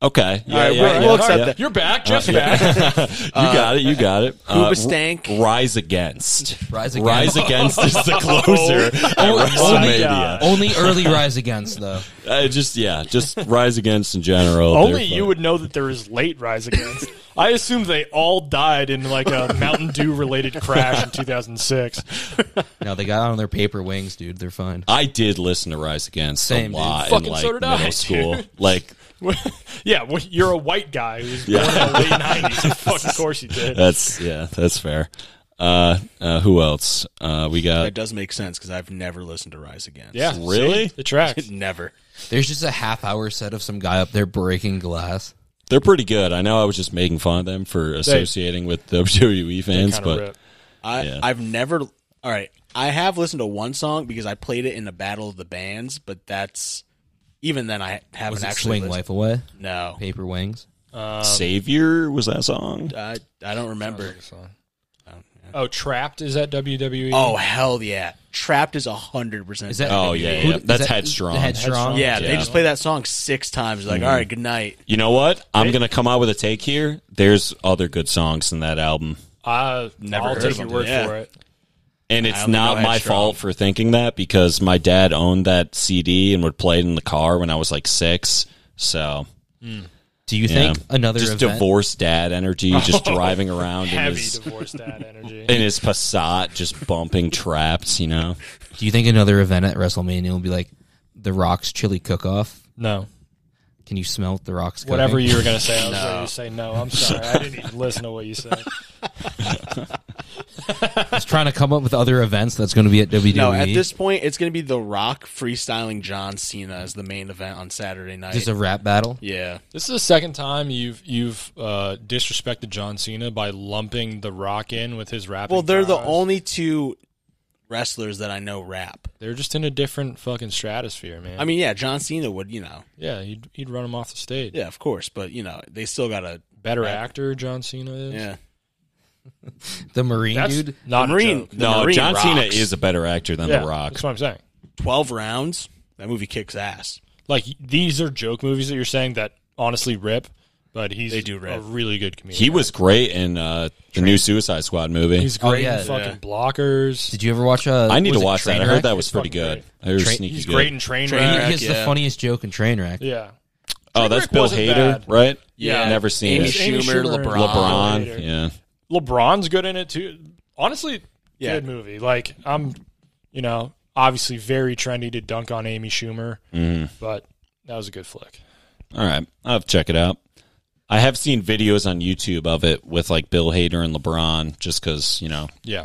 B: Okay. Yeah,
C: All right,
B: yeah,
C: we'll-
B: yeah,
C: we'll
B: yeah.
C: accept that.
D: You're back, just back.
B: [LAUGHS] you got it. You got it. Uh,
C: Hoobastank.
B: R- Rise against.
A: Rise Against. Oh.
B: Rise against is
A: [LAUGHS]
B: the closer at WrestleMania.
A: Only early Rise Against though.
B: Uh, just yeah, just Rise against in general.
D: Only
B: They're
D: you
B: fun.
D: would know that there is late
B: [LAUGHS]
D: Rise Against. I assume they all died in like a Mountain Dew related crash in 2006.
A: No, they got on their paper wings, dude. They're fine.
B: I did listen to Rise Against
A: Same,
B: a
A: dude.
B: lot in
D: Fucking
B: like
D: so did I,
B: middle
D: dude.
B: school.
D: [LAUGHS]
B: Like
D: yeah, well, you're a white guy who's
B: Yeah.
D: born in
B: [LAUGHS]
D: the late 90s. Fuck, of course you did.
B: that's yeah, that's fair. Uh, uh who else? Uh, we got
C: That does make sense because I've never listened to Rise Against.
D: Yeah, see?
B: Really?
D: the
C: [LAUGHS]
D: track.
C: never.
A: There's just a half hour set of some guy up there breaking glass.
B: they're pretty good. I know I was just making fun of them for associating with [LAUGHS] WWE fans,
D: Kinda
B: but
D: rip.
C: I
B: Yeah.
C: I've never. All right, I have listened to one song because I played it in the Battle of the Bands, but that's even then I haven't
A: Was it
C: actually
A: Swing
C: listened.
A: Life Away?
C: No,
A: Paper Wings.
B: Savior was that song?
C: I I don't remember.
D: Oh, Trapped is that E? WWE?
C: Oh hell yeah! Trapped is hundred percent.
A: Is that?
B: Oh, yeah,
A: who-
B: yeah.
A: is
B: That's
A: that-
B: Headstrong.
A: Headstrong.
C: yeah,
B: yeah.
C: They just play that song six times. Like,
B: Mm-hmm.
C: all right, good night.
B: You know what? I'm gonna come out with a take here. There's other good songs in that album.
D: I
C: Never
D: I'll
C: heard
D: take
C: of
D: your
C: them.
D: word
C: Yeah.
D: for it.
B: And
C: I
B: it's
C: only know
B: not my
C: Headstrong.
B: fault for thinking that because my dad owned that CD and would play it in the car when I was like six. So
A: Do you
B: yeah.
A: think another
B: just
A: event?
B: divorced dad energy, just driving around in
D: Heavy
B: his
D: divorce dad energy.
B: in his Passat, just bumping traps. You know,
A: Do you think another event at WrestleMania will be like the Rock's chili cook-off?
D: no,
A: Can you smell the rocks? Cooking?
D: Whatever
A: [LAUGHS]
D: you were going to say, I was
C: No.
D: ready to say no. I'm sorry. I didn't even listen to what you said.
A: I was trying to come up with other events that's going to be at E. WWE.
C: No, at this point, it's going to be The Rock freestyling John Cena as the main event on Saturday night.
A: just a rap battle.
C: yeah,
D: This is the second time you've you've uh, disrespected John Cena by lumping The Rock in with his rap.
C: well, they're the only two wrestlers that I know rap.
D: They're just in a different fucking stratosphere, man.
C: I mean, yeah, John Cena would, you know,
D: yeah, he'd, he'd run him off the stage.
C: yeah, of course, but you know, they still got to,
D: Better actor, John Cena is.
C: yeah.
A: The Marine
D: That's
A: dude.
D: not
C: The
D: a
C: Marine,
D: joke.
C: the
B: No,
C: Marine
B: John Cena
C: rocks.
B: is a better actor than
D: Yeah,
B: The Rock.
D: That's what I'm saying.
C: twelve rounds. That movie kicks ass.
D: Like these are joke movies that you're saying that honestly rip, but he's
C: They do rip.
D: a really good comedian.
B: He was great in uh, the new Suicide Squad movie.
D: He's
A: Oh,
D: great
A: yeah.
D: in fucking
C: Yeah.
D: blockers.
A: Did you ever watch? Uh,
B: I need
A: was
B: to
A: it
B: watch that. I
A: Trainwreck?
B: heard that was
D: It's
B: pretty
D: fucking
B: good. I heard
A: Train-
B: sneaky
D: He's
B: good.
D: great in train,
C: Train-
D: wreck.
A: He has the
C: yeah.
A: funniest joke in Trainwreck.
D: Yeah.
B: oh, that's
D: Trainwreck
B: Bill
D: wasn't
B: Hader,
D: bad.
B: right?
D: Yeah.
B: never seen
C: Amy
B: it.
D: Amy
C: Schumer,
D: Schumer and
C: LeBron.
B: LeBron,
D: Hader.
B: yeah.
D: LeBron's good in it too. Honestly,
C: Yeah.
D: good movie. Like I'm, you know, obviously very trendy to dunk on Amy Schumer, but that was a good flick.
B: All right, I'll have to check it out. I have seen videos on YouTube of it with like Bill Hader and LeBron, just because you know
D: Yeah,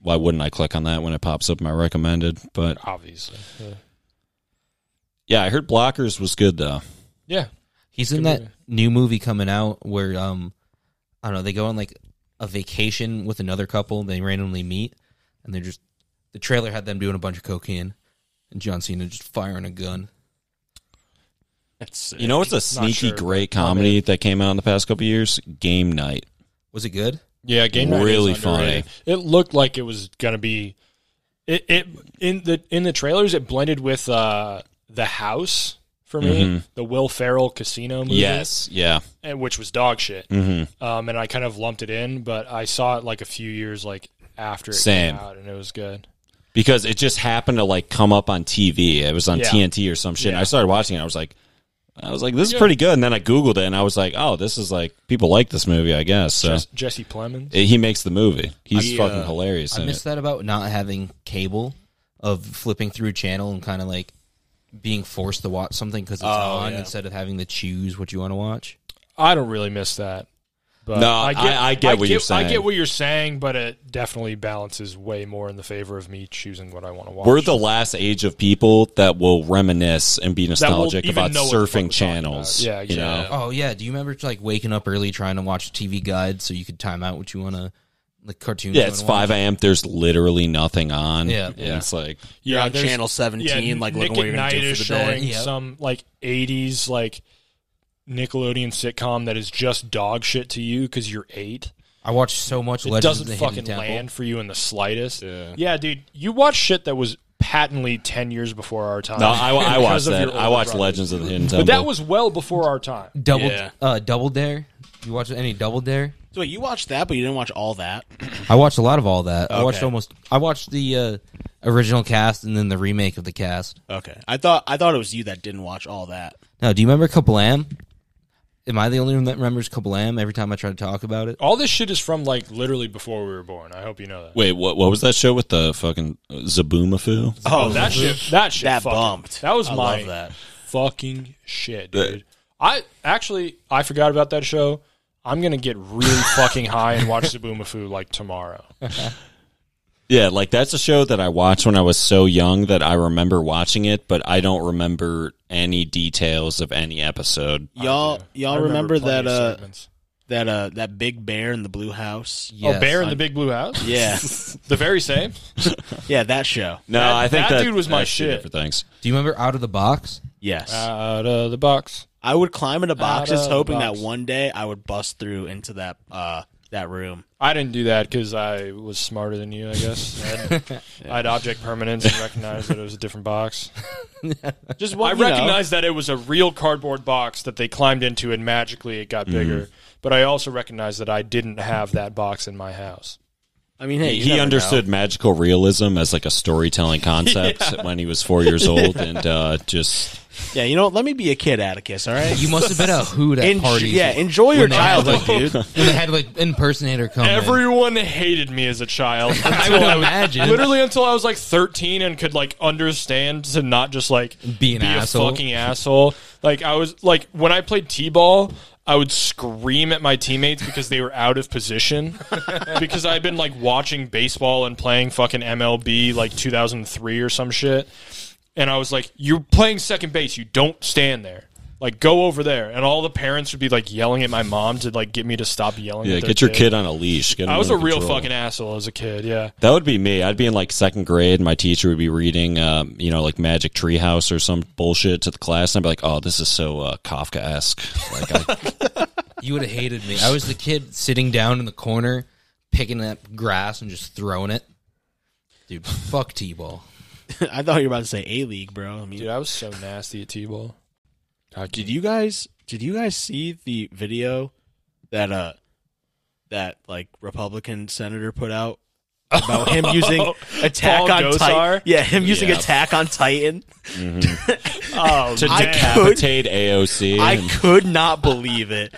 B: why wouldn't I click on that when it pops up in my recommended? But
D: obviously. Yeah,
B: yeah, I heard Blockers was good though.
D: yeah.
A: He's in
D: Good
A: that
D: movie.
A: new movie coming out where um I don't know, they go on like a vacation with another couple, they randomly meet and they're just the trailer had them doing a bunch of cocaine and John Cena just firing a gun.
C: That's
B: You know, it's a
D: Not
B: sneaky
D: sure.
B: great comedy that came out in the past couple years. Game Night.
A: Was it good?
D: game night is
B: Really
D: underrated. It looked like it was gonna be. It, it in the in the trailers it blended with uh, the house for me, the Will Ferrell casino movie,
B: Yes, yeah.
D: and, which was dog shit.
B: hmm
D: um, and I kind of lumped it in, but I saw it like a few years like after it
B: Same.
D: came out, and it was good.
B: Because it just happened to like come up on TV. It was on
D: Yeah.
B: TNT or some shit. And
D: Yeah.
B: I started watching it. I was like, I was like, this is pretty good. And then I googled it, and I was like, oh, this is like people like this movie, I guess. So
D: Jesse, Jesse Plemons.
B: it- he makes the movie. He's
C: I, uh,
B: fucking hilarious.
A: I
B: in
A: missed
B: it.
A: that about not having cable of flipping through channel and kind of like being forced to watch something cuz it's on
B: Oh,
C: yeah.
A: instead of having to choose what you want to watch.
D: I don't really miss that. But
B: No, I- I get what you're
D: I
B: saying.
D: get what you're saying, but it definitely balances way more in the favor of me choosing what I want to watch.
B: We're the last age of people that will reminisce and be
D: That will
B: nostalgic
D: even
B: about
D: know what the fuck we're
B: surfing
D: talking
B: channels.
D: about. Yeah,
B: you know?
D: exactly.
A: Oh yeah, do you remember like waking up early trying to watch a TV guide so you could time out what you want to like cartoons?
B: Yeah,
A: you
B: it's
A: wanna watch?
B: five a.m. There's literally nothing on.
A: Yeah.
B: and
A: Yeah.
B: it's like
C: You're on
D: there's-
C: channel 17,
D: yeah,
C: like
D: Nick
C: looking what
D: at
C: you're gonna
D: Night
C: do
D: is
C: for the day.
D: showing
A: Yep.
D: some like '80s like Nickelodeon sitcom that is just dog shit to you because you're eight.
A: I watched so much
D: It
A: Legends of
D: doesn't
A: the Hidden
D: fucking
A: Temple.
D: land for you in the slightest. Yeah. dude, you watch shit that was patently ten years before our time.
B: no, I, I
D: [LAUGHS] because
B: watched
D: of
B: that.
D: your
B: I
D: older
B: watched
D: brother.
B: Legends of the Hidden Temple.
D: but that was well before our time.
A: Double
C: Yeah.
A: uh Double Dare. You watch any Double Dare?
C: So wait, you watched that, but you didn't watch all that.
A: I watched a lot of all that. I watched
C: Okay.
A: almost I watched the uh original cast and then the remake of the cast.
C: Okay, I thought I thought it was you that didn't watch all that.
A: Now, do you remember Kablam? Am I the only one that remembers Kablam every time I try to talk about it?
D: All this shit is from like literally before we were born. I hope you know that.
B: wait. What what was that show with the fucking uh, Zaboomafoo?
D: Oh, that shit. That shit.
C: That
D: fucking-
C: bumped.
D: That was
C: I
D: my
C: love that.
D: fucking shit,
B: That-
D: dude. I actually I forgot about that show. I'm gonna get really fucking high and watch Zaboomafu like tomorrow.
B: Yeah, like that's a show that I watched when I was so young that I remember watching it, but I don't remember any details of any episode.
C: Y'all,
D: I
C: y'all remember,
D: plenty
C: that
D: of Oh,
C: uh,
D: segments.
C: that uh, that big bear in the blue house?
A: Yes.
D: oh, Bear in the Big Blue House.
C: Yeah,
D: the very same.
C: [LAUGHS] yeah, that show.
B: No,
D: That-
B: I think
D: that
B: that,
D: dude was my
B: that's two
D: shit.
B: different Things.
A: Do you remember Out of the Box?
C: Yes,
D: Out of the box.
C: I would climb into boxes,
D: Uh, out of the
C: hoping
D: box.
C: that one day I would bust through into that uh, that room.
D: I didn't do that because I was smarter than you, I guess.
A: [LAUGHS]
D: I had, I had object permanence and recognized that it was a different box.
A: [LAUGHS]
C: Just
D: I
C: one, you know.
D: recognized that it was a real cardboard box that they climbed into and magically it got bigger. But I also recognized that I didn't have that box in my house.
C: I mean, hey,
B: He-
C: you
B: he
C: never
B: understood magical realism as like a storytelling concept when he was four years old, and uh, just
C: know. Yeah, you know, what? let me be a kid, Atticus. All
A: [LAUGHS]
C: right.
A: You must have been a hoot
D: [LAUGHS]
A: at
C: En-
A: parties.
C: yeah, enjoy your
A: When they had,
C: childhood,
A: like-
C: dude. [LAUGHS]
A: When they had like impersonator come. in.
D: [LAUGHS] Everyone hated me as
A: [LAUGHS]
D: a child.
A: I would imagine.
D: Literally until I was like 13 and could like understand to not just like
A: Be an asshole.
D: a fucking asshole. Like I was like when I played t-ball, I would scream at my teammates because they were out of [LAUGHS] position because I'd been like watching baseball and playing fucking MLB like 2003 or some shit. And I was like, "You're playing second base. You don't stand there." Like go over there, and all the parents would be like yelling at my mom to like get me to stop yelling.
B: yeah,
D: at their
B: get your
D: kid.
B: kid on a leash. Get him
D: I was a
B: under
D: real
B: control.
D: fucking asshole as a kid. Yeah,
B: That would be me. I'd be in like second grade, and my teacher would be reading, um, you know, like Magic Tree House or some bullshit to the class, and I'd be like, "Oh, this is so uh, Kafka esque." Like,
D: [LAUGHS]
B: I,
A: You would have hated me. I was the kid sitting down in the corner, picking up grass and just throwing it. Dude, fuck T-ball.
C: I thought you were about to say A League, bro. I mean,
D: dude, I was so nasty at t-ball.
C: did you guys did you guys see the video that uh that like Republican senator put out about
D: [LAUGHS]
C: him using Attack
D: Paul
C: on Titan?
D: Gosar?
C: Yeah, him using
B: Yeah.
C: Attack on Titan.
D: Oh,
B: to
C: I could-
B: decapitate AOC.
C: I
B: and-
C: could not believe it.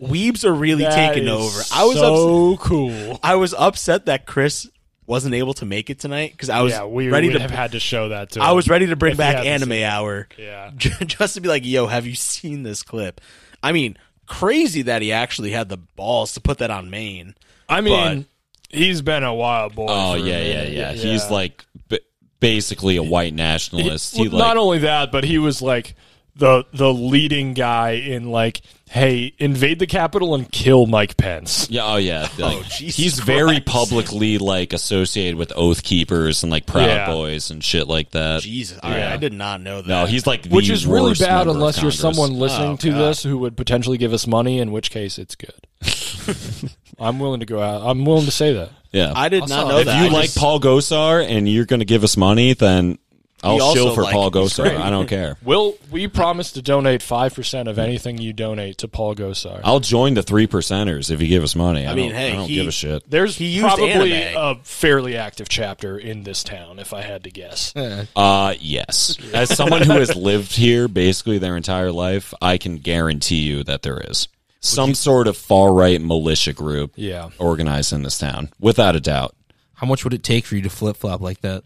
C: Weebs are really taking over. I was ups-
D: so cool.
C: I was upset that Chris wasn't able to make it tonight because I was
D: Yeah, we
C: ready
D: would
C: to
D: have had to show that to.
C: I
D: him
C: was ready to bring
D: if he
C: back
D: hadn't
C: anime
D: seen it.
C: hour.
D: Yeah.
C: [LAUGHS] just to be like, yo, have you seen this clip? I mean, crazy that he actually had the balls to put that on Maine.
D: I mean, he's been a wild boy.
B: Oh
D: for a
B: yeah, yeah,
D: minute.
B: yeah, He's like b- basically a white nationalist. He,
D: Well,
B: like
D: not only that, but he was like the the leading guy in like, hey, invade the capital and kill Mike Pence.
B: yeah, oh
D: [LAUGHS]
B: yeah. Like,
C: Jesus
B: he's very
C: Christ.
B: publicly like associated with Oath Keepers and like Proud
D: Yeah.
B: Boys and shit like that.
C: Jesus, all right, I did not know that.
B: No, he's like the
D: Which is really
B: worst
D: bad
B: member of
D: unless you're
B: Congress.
D: someone listening
C: Oh,
D: to
C: God.
D: this who would potentially give us money, in which case it's good. [LAUGHS] I'm willing to go out. I'm willing to say that.
B: Yeah,
C: I did
A: Also,
C: not know
B: if
C: that.
B: you
C: I
B: like
C: just-
B: Paul Gosar and you're going to give us money, then I'll
C: also
B: shill for
C: like-
B: Paul
C: he's
B: Gosar.
C: great.
B: I
C: [LAUGHS]
B: don't care.
D: Will we promise to donate five percent of anything you donate to Paul Gosar?
B: I'll join the three percenters if you give us money. I,
C: mean,
B: don't,
C: hey,
B: I don't
C: he-
B: give a shit.
D: There's
C: He used
D: probably uh,
C: anime.
D: a fairly active chapter in this town, if I had to guess.
B: Uh,
C: [LAUGHS]
B: yes. As someone who has lived here basically their entire life, I can guarantee you that there is some sort of far right militia group
D: Yeah.
B: organized in this town, without a doubt.
A: How much would it take for you to flip flop like that?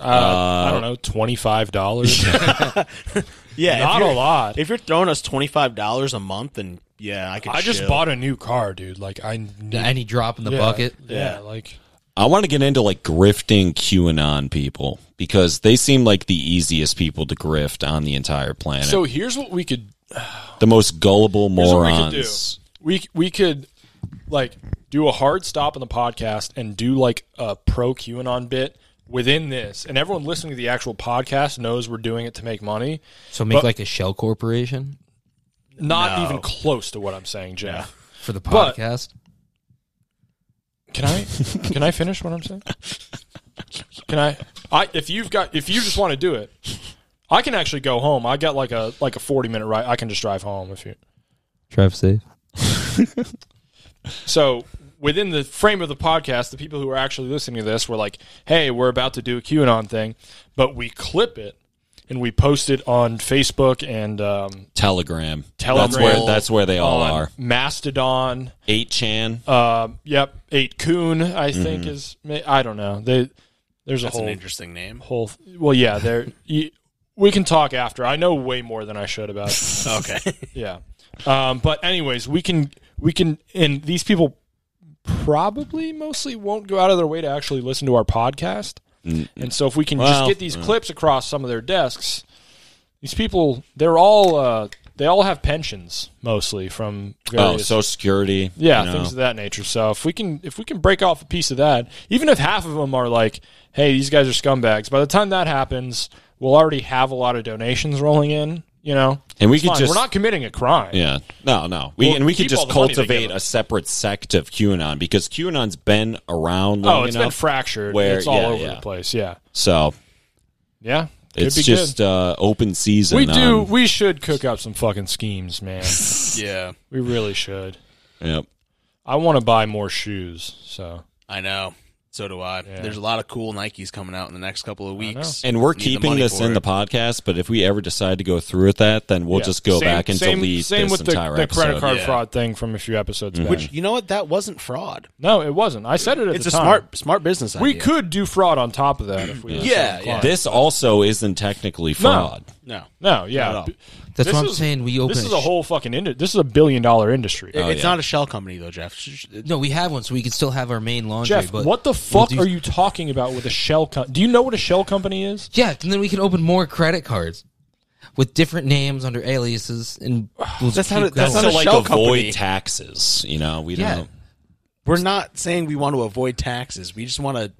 D: Uh, I don't know, twenty five dollars.
C: yeah, if
D: Not
C: you're-
D: a lot.
C: If you're throwing us twenty five dollars a month, then yeah, I could.
D: I just
C: chill.
D: [LAUGHS] bought a new car, dude. Like I need
A: Any drop in the
D: yeah,
A: bucket?
D: Yeah, like
B: I want to get into like grifting QAnon people because they seem like the easiest people to grift on the entire planet.
D: so. Here's what we could
B: the most gullible
D: Here's what
B: morons.
D: we could do. We we could like do a hard stop on the podcast and do like a pro QAnon bit within this, and everyone listening to the actual podcast knows we're doing it to make money.
A: So make
D: But-
A: like a shell corporation
D: Not
C: No.
D: even close to what I'm saying, Jeff.
A: for the
D: But-
A: podcast.
D: Can I can I finish what I'm saying? Can I? I if you've got if you just want to do it, I can actually go home. I got like a like a 40 minute ride. I can just drive home if you.
A: Drive safe.
D: So within the frame of the podcast, the people who are actually listening to this were like, "Hey, we're about to do a QAnon thing," but we clip it and we post it on Facebook and um,
B: Telegram. That's
D: Telegram.
B: where that's where they all
D: on
B: are. Oh,
D: Mastodon.
B: Eight chan.
D: Um, yep, Eight Coon. I think is ma- I don't know. They, there's a
C: That's an
D: whole
C: interesting
D: [LAUGHS]
C: name.
D: whole. Well, yeah, there. you, we can talk after. I know way more than I should about it.
C: [LAUGHS] Okay,
D: Yeah. Um, but anyways, we can we can and these people probably mostly won't go out of their way to actually listen to our podcast. And so if we can
B: Well,
D: just get these clips across some of their desks, these people they're all uh, they all have pensions mostly from
B: Oh,
D: various
B: Social Security.
D: yeah,
B: you know.
D: things of that nature. So if we can if we can break off a piece of that, even if half of them are like, "Hey, these guys are scumbags," by the time that happens, we'll already have a lot of donations rolling in. You know,
B: And we
D: It's
B: could
D: fine.
B: just-
D: we're not committing a crime.
B: Yeah. No, no. We
D: Well,
B: and we could
D: keep all
B: just
D: the money they
B: cultivate
D: give
B: a
D: us.
B: separate sect of QAnon because QAnon's been around long
D: Oh, it's been
B: enough.
D: fractured.
B: where-
D: it's all
B: yeah,
D: over
B: yeah.
D: the place. Yeah,
B: so
D: yeah. Could
B: it's
D: be
B: just
D: good.
B: uh, open season.
D: we do.
B: on-
D: We should cook up some fucking
B: [LAUGHS]
D: schemes, man.
C: yeah,
D: we really should.
B: yep.
D: I want to buy more shoes. So
C: I know. So do I.
E: Yeah.
C: There's a lot of cool Nikes coming out in the next couple of weeks.
B: And we're
C: Need the
B: keeping
C: money
B: this
C: for
B: in the
C: it.
B: podcast, but if we ever decide to go through with that, then we'll
E: Yeah.
B: just go
E: Same-
B: back and
E: same,
B: delete
E: same
B: this
E: with the,
B: entire
E: the
B: episode. Mm-hmm.
E: credit card
C: Yeah.
E: fraud thing from a few episodes back.
C: Which you know what? That wasn't fraud.
E: no, it wasn't. I said it at
C: It's
E: the
C: a
E: time.
C: smart smart business idea.
E: We could do fraud on top of that if we. were so
C: Yeah,
E: inclined.
C: yeah.
B: This also isn't technically fraud.
C: no.
E: No,
C: Not at
E: yeah.
C: all.
E: B-
A: That's
E: this
A: what I'm
E: is-
A: saying. We open
E: This is
A: sh-
E: a whole fucking industry. This is a billion dollar industry.
C: It- it's
B: Oh, yeah.
C: not a shell company though, Jeff. Sh- sh-
A: No, we have one, so we can still have our main laundry.
E: Jeff,
A: but
E: what the fuck
A: do-
E: are you talking about with a shell company? Do you know what a shell company is?
A: Yeah, and then we can open more credit cards with different names under aliases, and we'll just
C: That's how
A: keep
C: it- that's
A: going.
C: not
B: To
C: a
B: like
C: shell
B: avoid
C: company.
B: taxes, you know, we don't.
A: Yeah.
C: We're not saying we want to avoid taxes. We just want to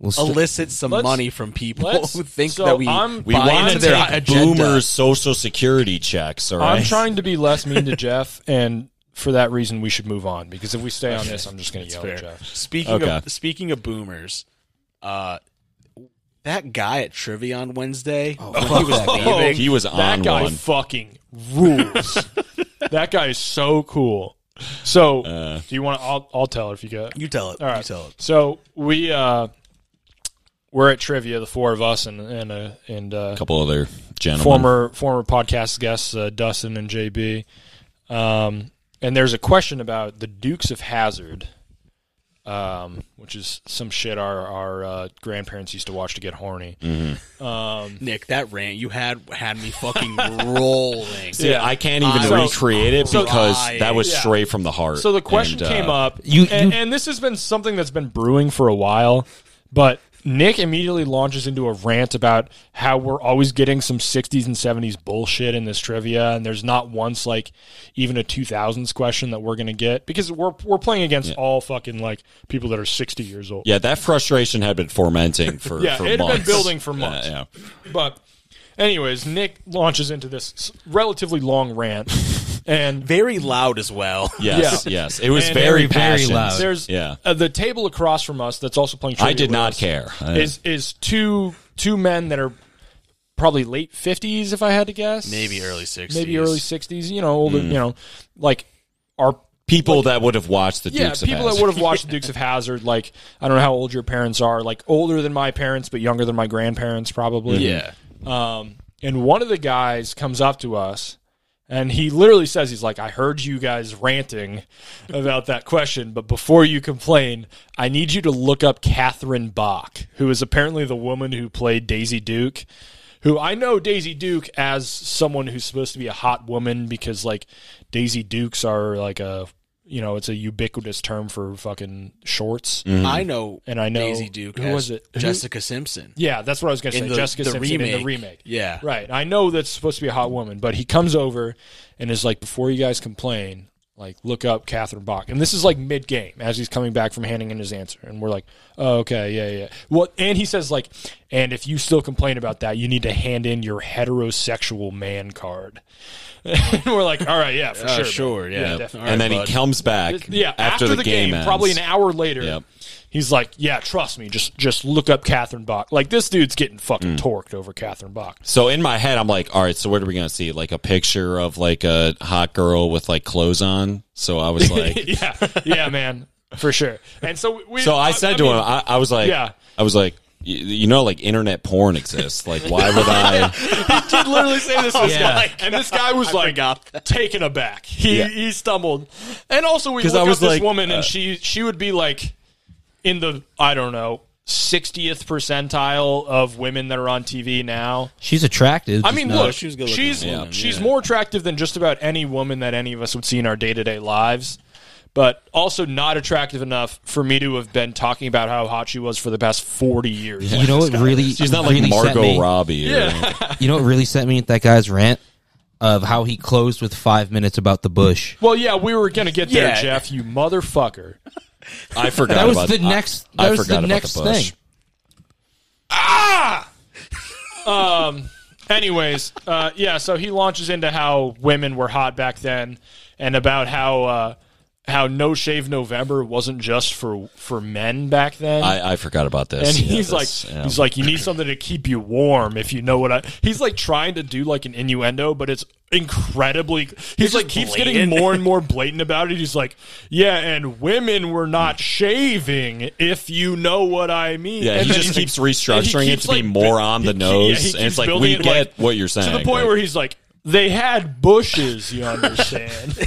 A: We'll st-
C: elicit some
E: Let's-
C: money from people
E: let's-
C: who think
E: so
C: that we
E: I'm-
B: We
C: buy
B: want to
C: into their
B: take
C: agenda.
B: boomers' social security checks. All right,
E: I'm trying to be less mean
B: [LAUGHS]
E: to Jeff, and for that reason, we should move on. Because if we stay on this, I'm just going to yell at
C: Fair.
E: Jeff.
C: Speaking
B: Okay.
C: of speaking of boomers, uh, that guy at trivia on Wednesday,
E: Oh.
C: Oh. when he was leaving,
B: He was
E: that
B: on
E: guy
B: one.
E: fucking
C: [LAUGHS]
E: rules. that guy is so cool. So,
B: Uh.
E: do you want to? I'll, I'll tell if you got.
C: you tell it.
E: All right.
C: You tell it.
E: So we uh, we're at trivia, the four of us, and and uh, and uh,
B: couple other gentlemen.
E: former former podcast guests uh, Dustin and JB. Um, and there's a question about the Dukes of Hazard, um, which is some shit our our uh, grandparents used to watch to get horny.
C: Nick, that rant you had had me
E: [LAUGHS]
C: fucking rolling.
B: See, I can't even
C: So-
B: recreate it
C: so-
B: because that was
E: Yeah.
B: straight from the heart.
E: So the question
B: And, uh,
E: came up,
A: you-
E: and,
A: you-
E: and this has been something that's been brewing for a while, but Nick immediately launches into a rant about how we're always getting some 60s and 70s bullshit in this trivia, and there's not once like even a 2000s question that we're gonna get because we're we're playing against all fucking like people that are 60 years old.
B: Yeah, that frustration had been
E: [LAUGHS]
B: fermenting for
E: Yeah,
B: for
E: it had been
B: months.
E: building for months.
B: Yeah, yeah.
E: But anyways, Nick launches into this s- relatively long rant, and
C: Very loud as well.
B: Yes,
E: Yeah.
B: yes. It was
E: And-
B: very,
A: And very
B: passionate.
A: loud.
E: there's
B: yeah.
E: uh, the table across from us that's also playing. Trivia
B: I did
E: with
B: not
E: us.
B: care. Uh, I-
E: is is two two men that are probably late fifties, if I had to guess,
C: Maybe early 60s.
E: maybe early sixties. You know, older.
B: Mm.
E: You know, like are
B: people that would have watched the
E: yeah
B: Dukes
E: people
B: of [LAUGHS]
E: that would have watched the Dukes of Hazard. Like I don't know how old your parents are. Like older than my parents, but younger than my grandparents, probably.
C: Yeah.
E: Um, and one of the guys comes up to us. And he literally says, he's like, I heard you guys ranting about that question, but before you complain, I need you to look up Catherine Bach, who is apparently the woman who played Daisy Duke, who I know Daisy Duke as someone who's supposed to be a hot woman because, like, Daisy Dukes are like a, you know, it's a ubiquitous term for fucking shorts.
B: Mm.
C: I know.
E: And I know-
C: Daisy Duke.
E: who
C: as
E: was it? Who-
C: Jessica Simpson.
E: Yeah, that's what I was going to
C: In
E: say.
C: the-
E: Jessica
C: the
E: Simpson in the
C: remake.
E: remake.
C: Yeah.
E: Right. I know that's supposed to be a hot woman, but he comes over and is like, before you guys complain, like, look up Catherine Bach. And this is like mid game as he's coming back from handing in his answer. And we're like, oh, okay, yeah, yeah. Well, and he says, like, and if you still complain about that, you need to hand in your heterosexual man card. [LAUGHS] and we're like, all right, yeah, for
C: Uh,
E: sure.
C: sure.
E: man."
C: yeah.
E: definitely.
C: All
B: and
C: right,
B: then
C: bud.
B: he comes back
E: Yeah,
B: after, the, game, ends.
E: probably an hour later.
B: Yep.
E: He's like, "Yeah, trust me. Just just look up Catherine Bach. Like this dude's getting fucking torqued over Catherine Bach.
B: So in my head, I'm like, all right, so what are we going to see? Like a picture of like a hot girl with like clothes on. So I
E: [LAUGHS]
B: was like,
E: [LAUGHS] yeah, yeah, man, for sure. And so we.
B: so I said to him, I, I was like,
E: Yeah.
B: I was like, y- you know, like internet porn exists. Like, why would
E: [LAUGHS]
B: I?
E: did literally say [LAUGHS] this. this
A: Yeah.
E: guy, and this guy [LAUGHS] was like taken aback. He
B: Yeah.
E: he stumbled, and also we
B: 'Cause
E: look
B: I
E: up
B: was
E: this
B: like,
E: woman,
B: uh,
E: and she she would be like in the I don't know. 60th percentile of women that are on TV now.
A: she's attractive.
E: I
A: just
E: mean,
A: not-
E: look,
C: she was a good-looking
E: she's
C: woman,
E: she's
C: yeah.
E: more attractive than just about any woman that any of us would see in our day to day lives, but also not attractive enough for me to have been talking about how hot she was for the past forty years.
A: you know what really?
B: She's not like
A: really set
B: Margot
A: me-
B: Robbie. Or,
E: [LAUGHS]
A: You know what really set me at that guy's rant of how he closed with five minutes about the bush.
E: Well, yeah, we were gonna get there,
C: Yeah.
E: Jeff. You motherfucker.
B: I forgot.
A: That was
B: about,
A: the
B: I-
A: next.
B: I,
A: That was
B: forgot
A: the
B: about
A: next
B: the bush.
A: thing.
E: Anyways, uh, yeah, so he launches into how women were hot back then and about how uh, how No Shave November wasn't just for for men back then.
B: I, I forgot about this.
E: and
B: Yeah,
E: he's like,
B: this- yeah.
E: he's like, you need something to keep you warm, if you know what I. He's like trying to do like an innuendo, but it's incredibly. He's
C: It's
E: like
C: just
E: keeps getting
C: blatant.
E: more
B: [LAUGHS]
E: and more blatant about it. He's like, yeah, and women were not shaving, if you know what I mean.
B: Hmm. Yeah,
E: And
B: he
E: then
B: just
E: he's like-
B: keeps restructuring
E: and he
B: it to be
E: keeps, like,
B: more
E: bu-
B: on
E: he
B: the
E: keep-
B: nose,
E: yeah, he
B: and it's
E: keeps
B: like
E: building
B: we
E: it,
B: get
E: like,
B: what you're saying.
E: to the point
B: Like,
E: where he's like, they had
B: [LAUGHS]
E: bushes, you understand.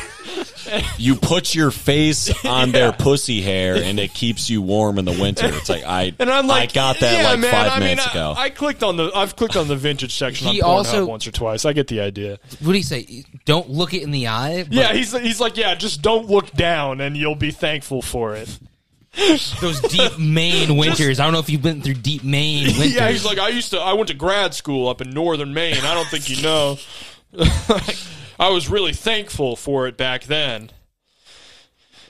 B: you put your
E: [LAUGHS]
B: face on their pussy hair, and it keeps you warm in the winter. It's like I
E: And I'm like,
B: I got that
E: yeah,
B: like
E: man,
B: five
E: I mean,
B: minutes
E: I-
B: ago.
E: I, clicked on the, I've clicked on the vintage section.
A: He
E: on Pornhub
A: also-
E: once or twice. I get the idea.
A: What do you say? Don't look it in the eye. But
E: Yeah, he's he's like, yeah, just don't look down, and you'll be thankful for it.
A: those deep Maine winters. I don't know if you've been through deep Maine winters.
E: [LAUGHS] Yeah, he's like, I used to, I went to grad school up in northern Maine. I don't think you know. [LAUGHS] I was really thankful for it back then.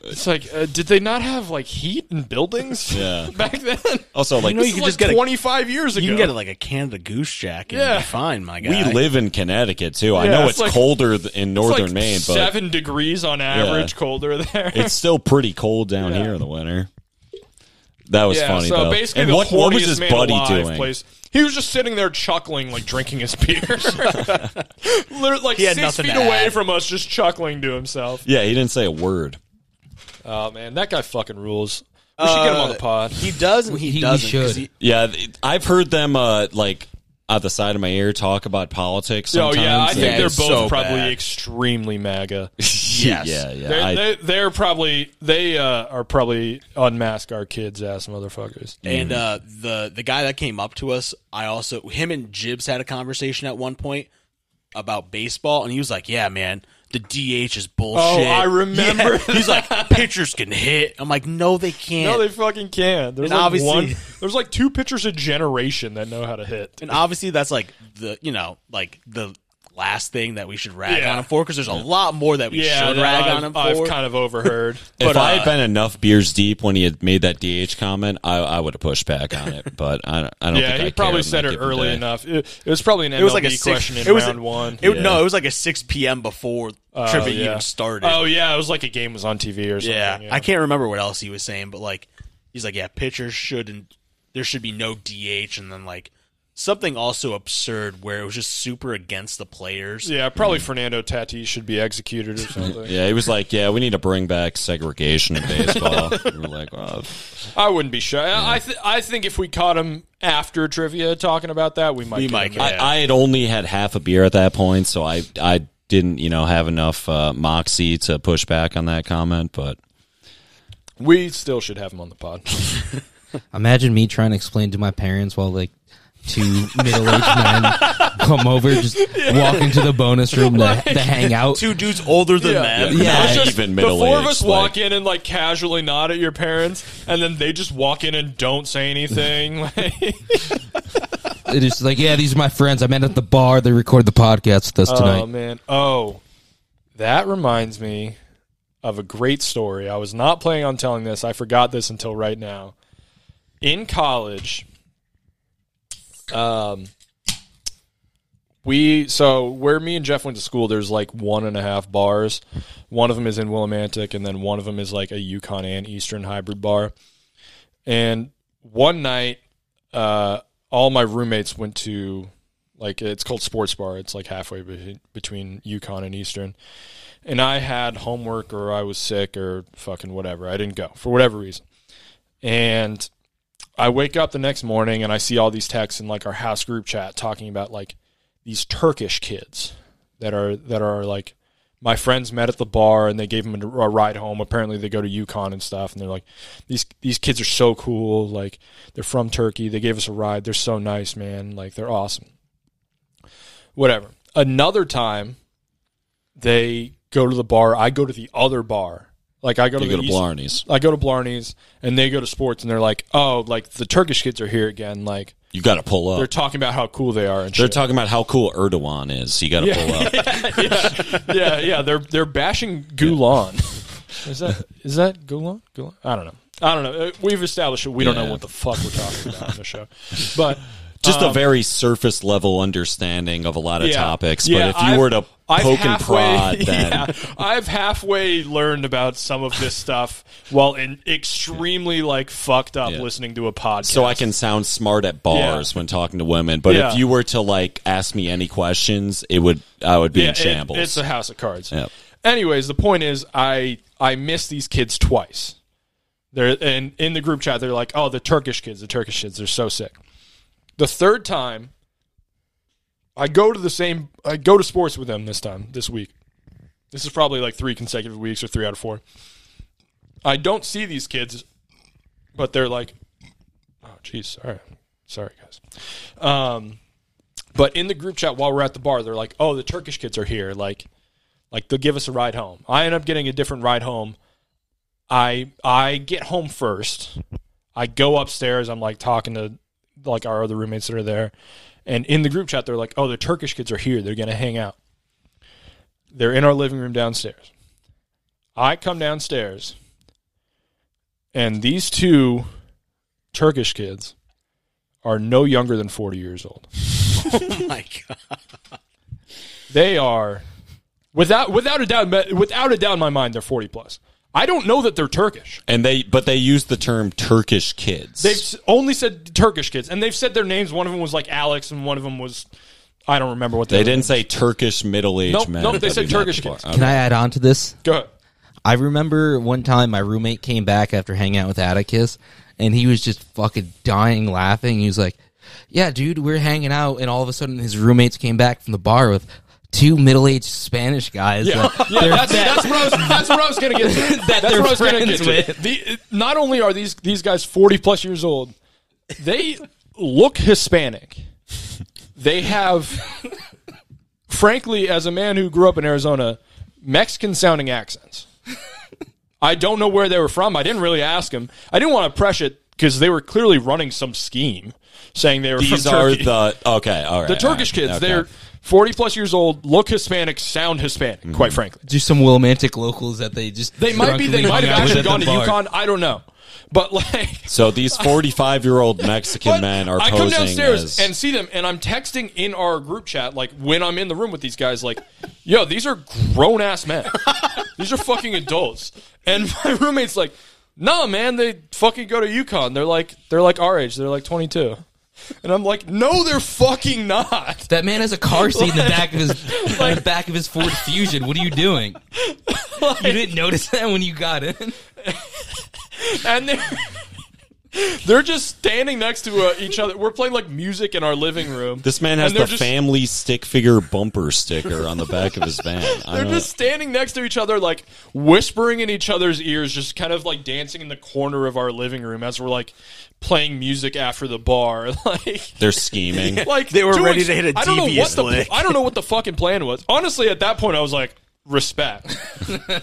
E: It's like, uh, did they not have like heat in buildings?
B: Yeah.
E: [LAUGHS] back then.
B: also, like
C: know, you
E: This is
C: could
E: like
C: just get a-
E: 25 years ago.
C: You can get like a Canada Goose Jack and
E: Yeah.
C: yeah. be fine, my guy.
B: we live in Connecticut too. I
E: Yeah,
B: know
E: it's
B: it's,
E: like-
B: colder th- in
E: It's
B: northern
E: like
B: Maine, but
E: seven degrees on average colder there. [LAUGHS]
B: it's still pretty cold down
E: Yeah.
B: here in the winter. That was
E: yeah,
B: funny
E: so
B: though.
E: basically,
B: and
E: the
B: what, what was
E: horniest
B: his
E: man
B: buddy
E: alive
B: doing?
E: Place. He was just sitting there chuckling, like drinking his beer,
C: [LAUGHS]
E: Literally, like
C: He had
E: six
C: nothing
E: feet
C: to
E: away
C: add.
E: from us, just chuckling to himself.
B: Yeah, he didn't say a word.
E: Oh man, that guy fucking rules. We should get him on
B: Uh,
E: the pod.
C: He does and he,
A: He- he
C: doesn't. 'cause
A: should.
C: he-
B: Yeah, th- I've heard them uh, like out the side of my ear talk about politics.
E: Oh
B: Sometimes.
E: yeah, I think
C: Yeah,
E: they're both
C: it's so
E: probably
C: bad.
E: extremely MAGA.
B: [LAUGHS]
C: yes.
B: yeah, yeah.
E: They're,
B: I-
E: they, they're probably they uh, are probably unmask our kids ass motherfuckers.
C: And uh, the the guy that came up to us, I also him and Jibs had a conversation at one point about baseball, and he was like, "Yeah, man, the DH is bullshit."
E: Oh, I remember
C: Yeah. He's
E: [LAUGHS]
C: like, "Pitchers can hit." I'm like, "No, they can't."
E: No, they fucking can. There's
C: And
E: like
C: obviously-
E: one. [LAUGHS] There's like two pitchers a generation that know how to hit.
C: and obviously, that's like the you know like the last thing that we should rag
E: Yeah.
C: on him for because there's a lot more that we
E: Yeah,
C: should
E: that
C: rag
E: I've,
C: on him
E: I've
C: for.
E: kind of
B: [LAUGHS]
E: overheard.
B: if
C: but,
B: I
C: uh,
B: had been enough beers deep when he had made that DH comment, I, I would have pushed back on it. But I, don't- I don't.
E: yeah,
B: think
E: he
B: I cared on
E: probably
B: that
E: said it
B: given
E: early
B: day.
E: enough. It, it was probably an MLB
C: it was like a six,
E: question in
C: it was
E: round
C: a,
E: one.
C: It,
B: Yeah.
C: No, it was like a 6 p.m. before trivia
E: yeah.
C: even started.
E: oh yeah, it was like a game was on TV or something.
C: Yeah,
E: Yeah,
C: I can't remember what else he was saying, but like he's like, yeah, pitchers shouldn't. There should be no DH, and then like something also absurd where it was just super against the players.
E: Yeah, probably Fernando Tatis should be executed or something.
B: [LAUGHS] Yeah, he was like, "Yeah, we need to bring back segregation in
D: [LAUGHS]
B: baseball." we were like, "Oh, well,
E: I wouldn't be shy. I I, th- I think if we caught him after trivia talking about that, we might.
C: We
E: get
C: might
E: him
C: get
E: back.
C: him.
B: I, I had only had half a beer at that point, so I I didn't you know have enough uh, moxie to push back on that comment. But
E: We still should have him on the pod.
A: Imagine me trying to explain to my parents while like two middle aged men [LAUGHS] come over, just walk into the bonus room to, to hang out.
C: Two dudes older than them.
A: Yeah.
B: not
A: it's
E: Just
B: even
E: the
B: middle
E: four of us
B: aged,
E: walk
B: like-
E: in and like casually nod at your parents, and then they just walk in and don't say anything. [LAUGHS] like-
A: It's just like, yeah, these are my friends. I met at the bar. They record the podcast with us
E: Oh
A: tonight.
E: man. Oh. That reminds me of a great story. I was not planning on telling this. I forgot this until right now. In college, um we so where me and Jeff went to school, there's like one and a half bars. One of them is in Willimantic, and then one of them is like a Yukon and Eastern hybrid bar. And one night, uh, all my roommates went to like it's called sports bar it's like halfway be- between yukon and eastern and i had homework or i was sick or fucking whatever i didn't go for whatever reason and i wake up the next morning and i see all these texts in like our house group chat talking about like these turkish kids that are that are like my friends met at the bar and they gave them a, a ride home. Apparently, they go to Yukon and stuff, and they're like, "These these kids are so cool. Like, they're from Turkey. They gave us a ride. They're so nice, man. Like, they're awesome." whatever. Another time, they go to the bar. I go to the other bar. Like I go to
B: you
E: the
B: go to
E: East-
B: Blarney's,
E: I go to Blarney's, and they go to sports, and they're like, "Oh, like the Turkish kids are here again. Like
B: you got to pull up.
E: they're talking about how cool they are and
B: They're
E: shit."
B: talking about how cool Erdogan is. You got to pull up.
D: [LAUGHS]
E: yeah, yeah. They're they're bashing Gulan. [LAUGHS] Is that is that Gulan? Gulan? I don't know. I don't know. Uh, We've established that we don't know
B: Yeah. [LAUGHS]
E: what the fuck we're talking about on the show, but
B: Just a very surface level understanding of a lot of
D: Um, Yeah.
B: topics.
D: Yeah,
B: but if you
D: I've-
B: were to
D: I've
B: poke and
D: halfway-
E: [LAUGHS]
B: prod, then
D: [LAUGHS] yeah, I've halfway learned about some of this stuff while in extremely like fucked up
B: Yeah.
D: listening to a podcast.
B: so I can sound smart at bars when talking to women. But
D: Yeah.
B: if you were to like ask me any questions, it would I would be
D: Yeah,
B: in
D: it-
B: shambles.
D: it's a house of cards.
B: Yep.
D: Anyways, the point is, I I miss these kids twice. They're and in the group chat, they're like, "Oh, the Turkish kids, the Turkish kids, they're so sick." The third time, I go to the same. I go to sports with them this time this week. This is probably like three consecutive weeks or three out of four. I don't see these kids, but they're like, "Oh, geez, sorry, sorry, guys." Um, but in the group chat while we're at the bar, they're like, "Oh, the Turkish kids are here." Like, like they'll give us a ride home. I end up getting a different ride home. I I get home first. I go upstairs. I'm like talking to like our other roommates that are there, and in the group chat, they're like, "Oh, the Turkish kids are here. They're gonna hang out." They're in our living room downstairs. I come downstairs, and these two Turkish kids are no younger than 40 years old.
C: Oh [LAUGHS] my god.
D: They are without without a doubt without a doubt in my mind they're 40 plus. I don't know that they're Turkish.
B: and they but they use the term Turkish kids.
D: They've s- only said Turkish kids and they've said their names. One of them was like Alex and one of them was I don't remember what the
B: they
D: other
B: didn't say
D: name-
B: Turkish middle aged
D: Nope,
B: men.
D: nope, they
B: that
D: said
B: we met at
D: Turkish
B: the bar.
D: kids.
B: Okay.
A: Can I add on to this?
D: Go ahead.
A: I remember one time my roommate came back after hanging out with Atticus, and he was just fucking dying laughing. He was like, "Yeah, dude, we're hanging out," and all of a sudden his roommates came back from the bar with two middle-aged Spanish guys.
D: Yeah,
A: that- [LAUGHS]
D: yeah that's, that's what I was. That's what I was gonna get. To.
A: That
D: that's
A: they're
D: what I was gonna get
A: friends
D: to.
A: with.
D: The, not only are these these guys forty plus years old, they look Hispanic. They have, frankly, as a man who grew up in Arizona, Mexican sounding accents. I don't know where they were from. I didn't really ask them. I didn't want to press it because they were clearly running some scheme, saying they were
B: These
D: from
B: are
D: Turkey.
B: the okay, all right.
D: The Turkish
B: all
D: kids.
B: right, okay.
D: They're forty plus years old, look Hispanic, sound Hispanic. Quite frankly.
A: just some romantic locals that they just
D: They might be. They
A: drunkenly
D: might have
A: hung out with
D: actually
A: at the
D: gone to
A: bar.
D: Yukon. I don't know. But like,
B: so these
D: [LAUGHS]
B: forty-five-year-old Mexican
D: but
B: men are
D: I
B: posing
D: come downstairs
B: as
D: and see them, and I'm texting in our group chat, like when I'm in the room with these guys, like, yo, these are grown
B: [LAUGHS]
D: ass men. these are fucking adults. And my roommate's like, nah, man, they fucking go to Yukon. They're like, they're like our age. They're like 22. And I'm like, no, they're fucking
B: [LAUGHS]
D: not.
A: That man has a car seat in the back of
D: [LAUGHS]
A: his in the back of his Ford Fusion. What are you doing? you didn't notice that when you got in.
D: [LAUGHS] and they're they're just standing next to uh, each other. We're playing like music in our living room.
B: this man has
D: and they're
B: the
D: just-
B: family stick figure bumper sticker on the back of his van. I
D: [LAUGHS] They're
B: don't-
D: just standing next to each other, like whispering in each other's ears, just kind of like dancing in the corner of our living room as we're like playing music after the bar. [LAUGHS] Like,
B: they're
D: [LAUGHS]
B: scheming.
D: like
C: They were
D: to
C: ready to hit a
D: I don't know
C: devious
D: what the,
C: lick.
D: I don't know what the fucking plan was. Honestly, at that point, I was like,
C: [LAUGHS]
D: respect.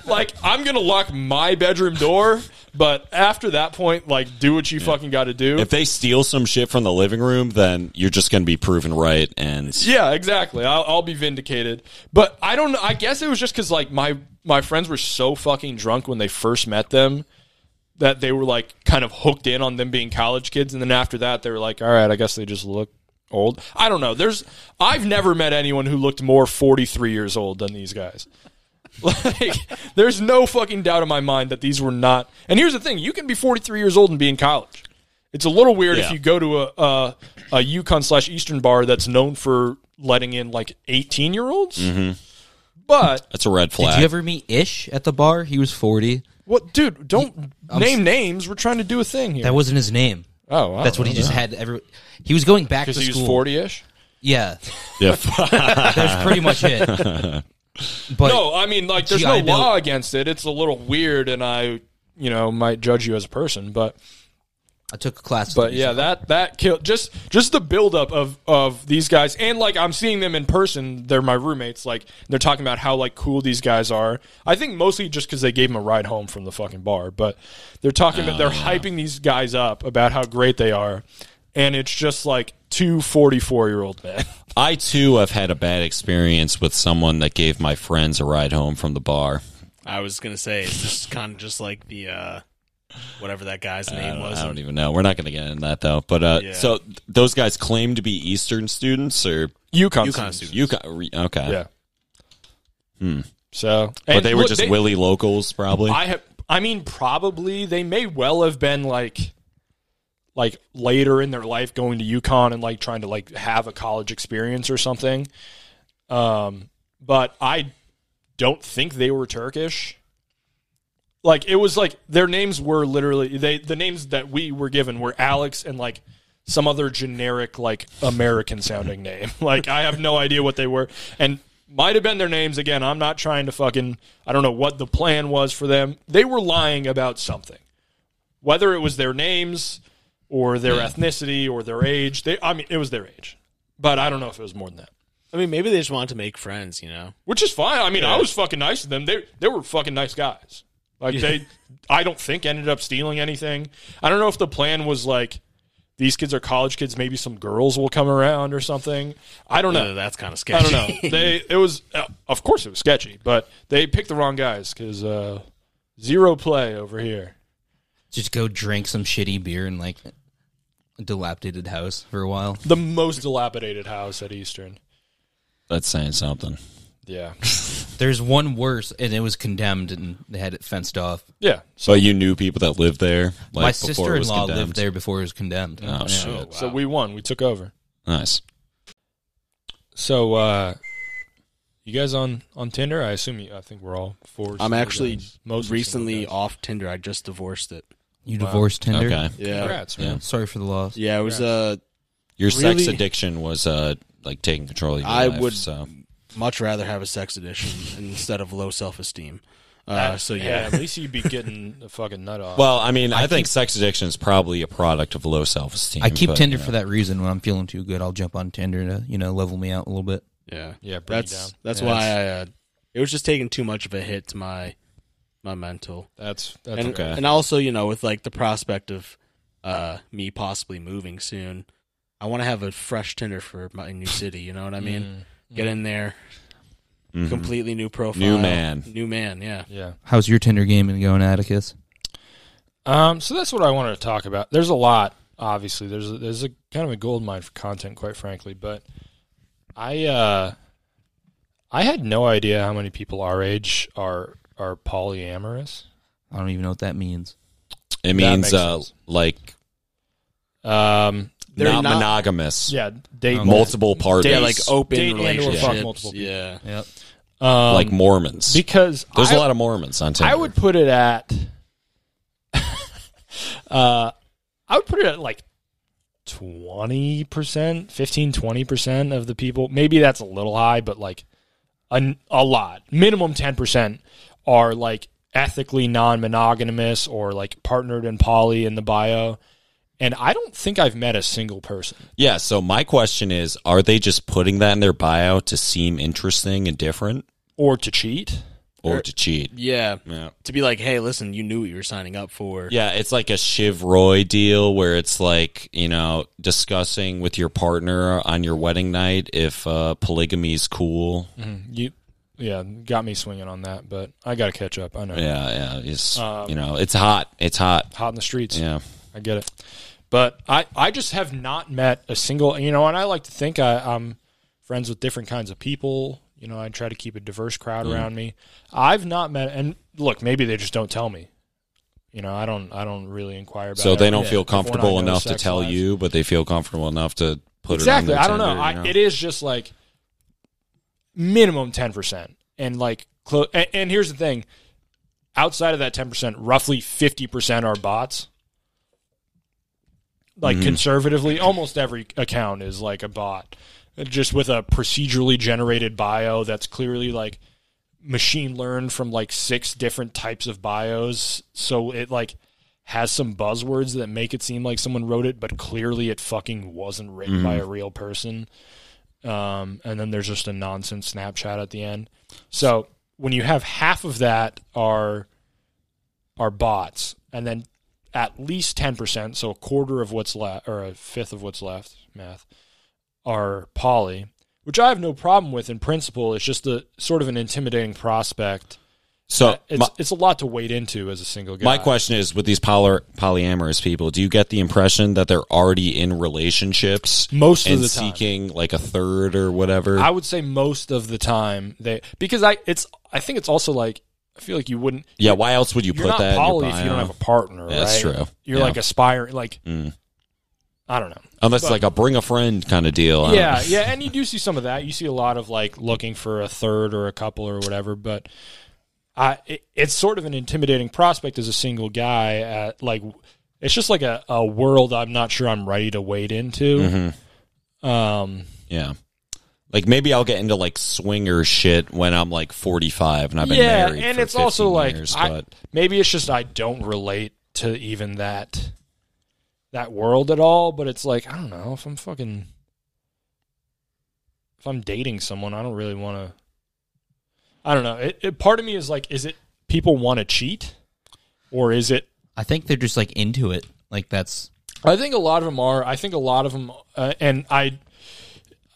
D: like, I'm gonna lock my bedroom door, but after that point, like, do what you fucking got to do.
B: If they steal some shit from the living room, then you're just going to be proven right. And
D: Yeah, exactly. I'll, I'll be vindicated. But I don't. I guess it was just because like my my friends were so fucking drunk when they first met them that they were like kind of hooked in on them being college kids, and then after that they were like, all right, I guess they just look old. I don't know. There's I've never met anyone who looked more 43 years old than these guys. [LAUGHS] Like, there's no fucking doubt in my mind that these were not. And here's the thing: you can be 43 years old and be in college. It's a little weird if
B: Yeah.
D: you go to a a, a Yukon slash Eastern bar that's known for letting in like 18 year olds. But
B: that's a red
A: Did
B: flag.
A: you ever meet Ish at the bar? He was forty.
D: what, dude? Don't name names. We're trying to do a thing here.
A: That wasn't his name.
D: oh, wow.
A: That's what he just had. Every he was going back to
D: Because he was
A: school.
D: 40 ish.
B: [LAUGHS]
A: Yeah,
B: yeah, fuck.
A: that's pretty much
B: [LAUGHS]
A: it. But
D: No, I mean, like, there's
A: Gee,
D: no
A: I know-
D: law against it. It's a little weird, and I, you know, might judge you as a person, but.
A: I took a class. with
D: But
A: him.
D: yeah, that that kill just just the buildup of of these guys, and like I'm seeing them in person. They're my roommates. Like they're talking about how like cool these guys are. I think mostly just because they gave him a ride home from the fucking bar. But they're talking
A: Ah.
D: about they're hyping these guys up about how great they are, and it's just like two 44 year old men.
B: I too have had a bad experience with someone that gave my friends a ride home from the bar.
C: I was gonna say it's just kind of just like the uh, whatever that guy's
B: Uh, I
C: name
B: don't,
C: was.
B: I don't even know. We're not going to get into that though. But uh,
C: Yeah.
B: so th- those guys claim to be Eastern students or
D: UConn.
C: UConn
D: students.
C: students.
B: you got re- okay,
D: Yeah.
B: Hmm.
D: So,
B: but
D: and
B: they were
D: look,
B: just willy locals probably.
D: I have. I mean, probably they may well have been like, like later in their life going to UConn and like trying to like have a college experience or something. Um, but I don't think they were Turkish. Like it was like their names were literally they the names that we were given were Alex and like some other generic like American sounding name. [LAUGHS] Like I have no idea what they were and might have been their names again. I'm not trying to fucking I don't know what the plan was for them. They were lying about something. Whether it was their names or their ethnicity or their age. They I mean it was their age. But I don't know if it was more than that.
C: I mean, maybe they just wanted to make friends, you know?
D: Which is fine. I mean, I was fucking nice to them. They they were fucking nice guys. Like they I don't think ended up stealing anything. I don't know if the plan was like these kids are college kids, maybe some girls will come around or something. I don't
C: No,
D: know.
C: that's kind of
D: I
C: sketchy.
D: don't know. [LAUGHS] They it was uh, of course it was sketchy, but they picked the wrong guys cuz uh zero play over here.
A: Just go drink some shitty beer in like a dilapidated house for a while.
D: The most dilapidated house at Eastern.
B: That's saying something.
D: Yeah.
A: There's one worse, and it was condemned, and they had it fenced off.
D: Yeah.
B: So you knew people that lived there. Like,
A: My
B: before it was
A: sister-in-law lived
B: condemned?
A: there before it was condemned.
B: Oh shit!
D: So we won. We took over.
B: Nice.
D: So uh you guys on on Tinder? I assume you I think we're all four.
C: I'm
D: single
C: actually
D: guys. Mostly
C: recently
D: single guys.
C: off Tinder. I just divorced it.
A: You divorced Tinder.
B: Okay,
C: Yeah.
D: Congrats, man.
A: Sorry for the loss.
C: Yeah, it was uh
B: your sex
C: Really?
B: addiction was uh like taking control of your
C: I
B: life.
C: would-
B: So
C: much rather have a sex addiction [LAUGHS] instead of low self esteem. Uh,
D: That-
C: so
D: yeah,
C: yeah.
D: at least you'd be getting a fucking nut off.
B: well, I mean, I, think sex addiction is probably a product of low self esteem.
A: I keep Tinder for that reason. When I'm feeling too good, I'll jump on Tinder to you know level me out a little bit.
C: yeah,
D: yeah, bring it down.
C: That's that's why I. Uh, it was just taking too much of a hit to my my mental,
D: That's that's
C: and
B: okay.
C: and also you know with like the prospect of uh, me possibly moving soon, I want to have a fresh Tinder for my new city. You know what I mean?
D: Mm-hmm.
C: Get in there,
B: Mhm.
C: completely new profile,
B: New man.
C: new man. Yeah,
D: yeah.
A: How's your Tinder game and going, Atticus?
D: Um, so that's what I wanted to talk about. There's a lot, obviously. There's a, there's a kind of a gold mine for content, quite frankly. But I uh, I had no idea how many people our age are are polyamorous.
A: I don't even know what that means.
B: It means
D: makes
B: uh
D: sense.
B: like
D: Um,
C: They're
B: not,
C: not-
B: monogamous.
D: yeah, date
B: multiple parties.
C: yeah, like open
D: date and or fuck
C: relationships.
D: multiple people.
C: Yeah,
A: Yep.
D: um,
B: like Mormons.
D: because
B: There's
D: I-
B: a lot of Mormons on Tinder.
D: I would put it at. [LAUGHS] uh, I would put it at like 20%, 15, 20% of the people. Maybe that's a little high, but like a, a lot. Minimum 10% are like ethically non monogamous or like partnered and poly in the bio. And I don't think I've met a single person.
B: Yeah. So my question is, are they just putting that in their bio to seem interesting and different,
D: Or to cheat. Er,
B: or to cheat?
C: yeah.
B: Yeah.
C: To be like, hey, listen, you knew what you were signing up for.
B: Yeah, it's like a Shiv Roy deal where it's like, you know, discussing with your partner on your wedding night if uh, polygamy is cool.
D: You, yeah, got me swinging on that, but I got to catch up. I know.
B: Yeah, yeah. It's,
D: Um,
B: you know, it's hot. It's hot.
D: Hot in the streets.
B: Yeah.
D: I get it. But I, I just have not met a single, you know, and I like to think I, I'm friends with different kinds of people. You know, I try to keep a diverse crowd
B: Mm.
D: around me. I've not met, and look, maybe they just don't tell me. You know, I don't, I don't really inquire about.
B: So they don't feel
D: everything if we're not
B: comfortable
D: gonna
B: enough to
D: sex
B: tell
D: lives.
B: you, but they feel comfortable enough to put
D: exactly.
B: it on their
D: I don't know.
B: Tinder,
D: I,
B: you
D: It is just like minimum ten percent, and like close. And, and here's the thing: outside of that ten percent, roughly fifty percent are bots. Like
B: Mm-hmm.
D: conservatively, almost every account is like a bot, just with a procedurally generated bio that's clearly like machine learned from like six different types of bios. So it like has some buzzwords that make it seem like someone wrote it, but clearly it fucking wasn't written by
B: Mm-hmm.
D: a real person. Um, and then there's just a nonsense Snapchat at the end. So when you have half of that are are bots, and then at least ten percent, so a quarter of what's left or a fifth of what's left, math, are poly, which I have no problem with in principle. It's just a sort of an intimidating prospect
B: So
D: It's,
B: Oh, my,
D: it's a lot to wade into as a single guy.
B: my question is with these poly, polyamorous people, do you get the impression that they're already in relationships
D: Most of
B: and
D: the time.
B: seeking like a third or whatever?
D: I would say most of the time they because I it's I think it's also like I feel like you wouldn't
B: yeah, why else would you
D: you're
B: put
D: not
B: that
D: poly
B: in your bio?
D: if you don't have a partner.
B: Yeah, that's
D: right?
B: true.
D: You're
B: Yeah.
D: like aspiring like
B: Mm.
D: I don't know.
B: Unless it's like a bring a friend kind of deal. I don't
D: Yeah,
B: know.
D: yeah, and you do see some of that. You see a lot of like looking for a third or a couple or whatever, but I it, it's sort of an intimidating prospect as a single guy at like it's just like a, a world I'm not sure I'm ready to wade into.
B: Mm-hmm.
D: Um
B: Yeah. Like maybe I'll get into like swinger shit when I'm like 45 and I've been
D: yeah,
B: married.
D: and
B: for
D: it's also
B: 15
D: like
B: years,
D: I-
B: but
D: maybe it's just I don't relate to even that that world at all. But it's like I don't know if I'm fucking if I'm dating someone, I don't really want to. I don't know. It, it part of me is like, is it people want to cheat, or is it
A: I think they're just like into it. Like that's
D: I think a lot of them are. I think a lot of them, uh, and I,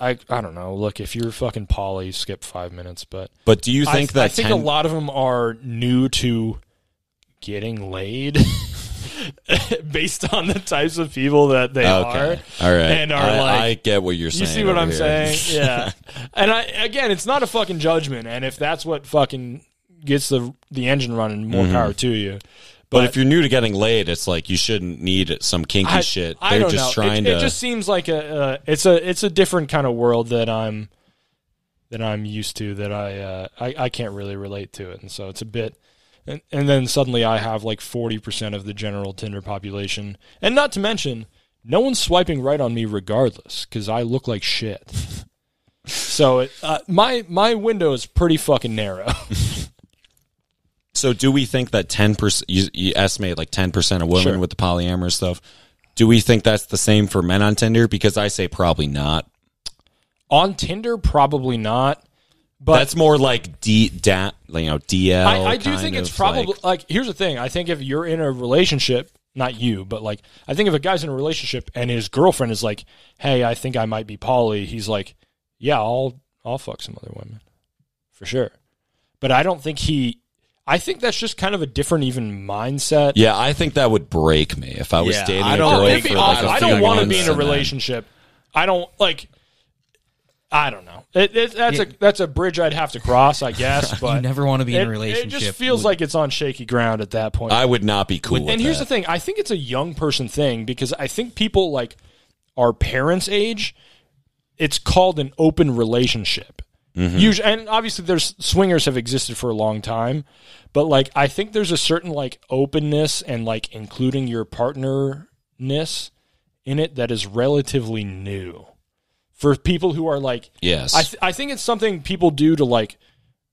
D: I, I don't know. Look, if you're fucking poly, skip five minutes. But
B: but do you think
D: I,
B: that
D: I think a
B: ten-
D: lot of them are new to getting laid, [LAUGHS] based on the types of people that they
B: Okay.
D: are.
B: All right.
D: and are
B: I,
D: like-
B: I get what you're saying.
D: You see what
B: over
D: I'm
B: here. [LAUGHS]
D: saying? Yeah. and I again, it's not a fucking judgment. And if that's what fucking gets the the engine running, more
B: Mm-hmm.
D: power to you.
B: But, if you're new to getting laid, it's like you shouldn't need some kinky shit. They're
D: don't
B: just
D: know. It-
B: trying
D: it,
B: to.
D: just seems like a uh, it's a it's a different kind of world that I'm that I'm used to that I uh, I, I can't really relate to it, and so it's a bit. And, and then suddenly I have like forty percent of the general Tinder population, and not to mention no one's swiping right on me regardless because I look like shit. so it, uh, my my window is pretty fucking narrow. [LAUGHS]
B: so do we think that 10%, you, you estimate like 10% of women
D: Sure.
B: with the polyamorous stuff? Do we think that's the same for men on Tinder? Because I say probably not.
D: on Tinder, probably not. But
B: that's more like D, da, you know, DL.
D: I, I do
B: kind
D: think it's
B: of,
D: probably
B: like-
D: like, here's the thing. I think if you're in a relationship, not you, but like I think if a guy's in a relationship and his girlfriend is like, "Hey, I think I might be poly," he's like, "Yeah, I'll I'll fuck some other women for sure." But I don't think he. I think that's just kind of a different even mindset.
B: Yeah, I think that would break me if I was
C: Yeah,
B: dating
C: I
B: a
C: don't
B: girl
C: think
D: It'd be
B: for like
D: awesome.
B: a
D: I
B: few
D: don't want to be
B: months
D: in a
B: and then-
D: relationship. I don't like. I don't know. It, it, that's a that's a bridge I'd have to cross,
A: [LAUGHS]
D: I guess. But
A: never wanna be in a
D: it-
A: relationship
D: It just feels
A: with-
D: like it's on shaky ground at that point.
B: I would not be cool. with
D: and here's
B: that.
D: the thing i think it's a young person thing because i think people like our parents age it's called an open relationship
B: Mm-hmm.
D: Usu- and obviously there's swingers have existed for a long time but like i think there's a certain like openness and like including your partnerness in it that is relatively new for people who are like
B: Yes.
D: I, th- I think it's something people do to like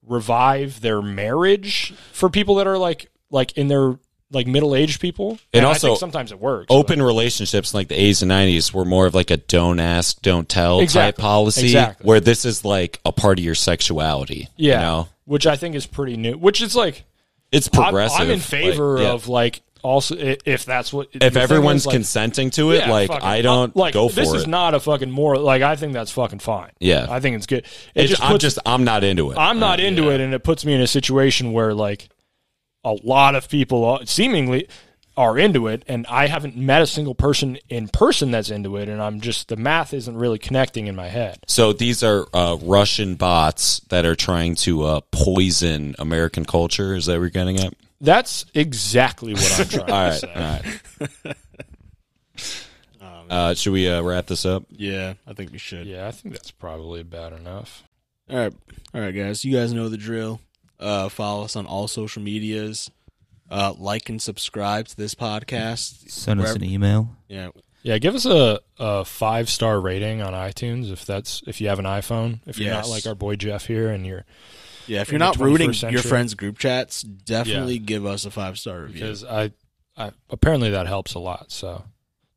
D: revive their marriage for people that are like like in their like middle aged people.
B: And
D: I
B: also,
D: think sometimes it works.
B: Open relationships in, like the 80s and 90s were more of like a don't ask, don't tell
D: Exactly.
B: type policy,
D: Exactly.
B: where this is like a part of your sexuality.
D: but- yeah,
B: You know?
D: which I think is pretty new. Which is like
B: It's
D: I'm,
B: progressive.
D: I'm in favor
B: Like, yeah.
D: of like also i- if that's what
B: If everyone's
D: like,
B: consenting to it,
D: yeah,
B: like
D: fucking-
B: I don't
D: like
B: go for
D: this
B: it.
D: is not a fucking moral. Like I think that's fucking fine.
B: Yeah.
D: I think it's good. It
B: It's-
D: just
B: I'm
D: puts
B: just I'm not into it.
D: I'm not into it, and it puts me in a situation where like a lot of people are- seemingly are into it, and I haven't met a single person in person that's into it, and I'm just the math isn't really connecting in my head.
B: so these are uh, Russian bots that are trying to uh, poison American culture. Is that what you're getting at?
D: That's exactly what I'm [LAUGHS] trying.
B: All right, all right. Uh, should we uh, wrap this up?
C: Yeah, I think we should.
D: Yeah, I think that's probably bad enough.
C: All right, all right, guys. You guys know the drill. Uh, follow us on all social medias. Uh, like and subscribe to this podcast.
A: send us
C: Wherever-
A: an e- email.
C: Yeah,
D: Yeah, give us a, a five star rating on iTunes if that's if you have an iPhone. If you're
C: Yes.
D: not like our boy Jeff here, and you're
C: yeah. If
D: In
C: you're not
D: the
C: rooting
D: 21st
C: your
D: century.
C: friends' group chats, definitely give us a five star review.
D: because I, I apparently that helps a lot. So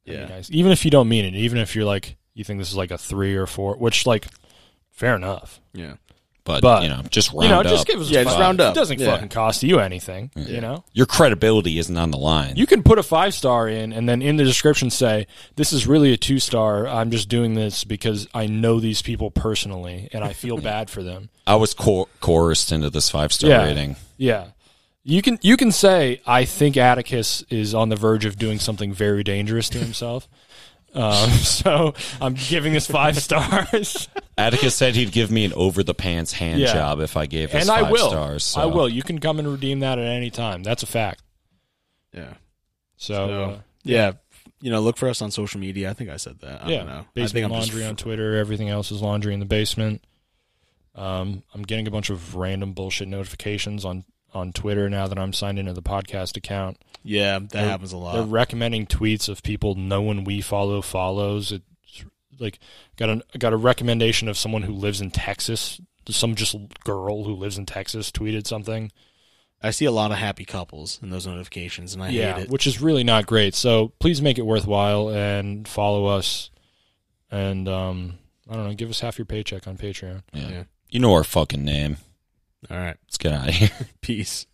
D: that'd
C: Yeah.
D: be nice. Even if you don't mean it, even if you're like you think this is like a three or four, which like fair enough.
C: Yeah.
B: But,
D: But,
B: you know, just round
D: you know,
B: up.
D: just give us
C: Yeah,
D: a
C: just
D: five.
C: round up.
D: It doesn't
C: Yeah.
D: fucking cost you anything. You know,
B: Your credibility isn't on the line.
D: you can put a five star in, and then in the description say, "This is really a two star. I'm just doing this because I know these people personally, and I [LAUGHS] feel bad for them."
B: I was co- coerced into this five star
D: Yeah.
B: rating.
D: Yeah. You can you can say I think Atticus is on the verge of doing something very dangerous to [LAUGHS] himself. um, [LAUGHS] so I'm giving this five stars,
B: Atticus said he'd give me an over the pants hand
D: Yeah.
B: job if I gave us
D: and
B: five
D: I will.
B: stars. so-
D: I will. You can come and redeem that at any time. That's a fact.
C: Yeah.
D: So,
C: So,
D: uh,
C: yeah. You know, look for us on social media. I think I said that. I
D: yeah,
C: don't know. I
D: basement
C: think I'm
D: laundry
C: just,
D: on Twitter. Everything else is laundry in the basement. Um, I'm getting a bunch of random bullshit notifications on on Twitter now that I'm signed into the podcast account.
C: Yeah, that
D: They're-
C: happens a
D: They're
C: lot.
D: recommending tweets of people no one we follow follows. It's like got a got a recommendation of someone who lives in Texas. Some just girl who lives in Texas tweeted something.
C: I see a lot of happy couples in those notifications, and I hate it.
D: which is really not great. So please make it worthwhile and follow us. And um, I don't know, give us half your paycheck on Patreon.
B: Yeah.
C: Yeah.
B: You know our fucking name.
C: All right. [LAUGHS]
B: Let's get out of here.
C: Peace.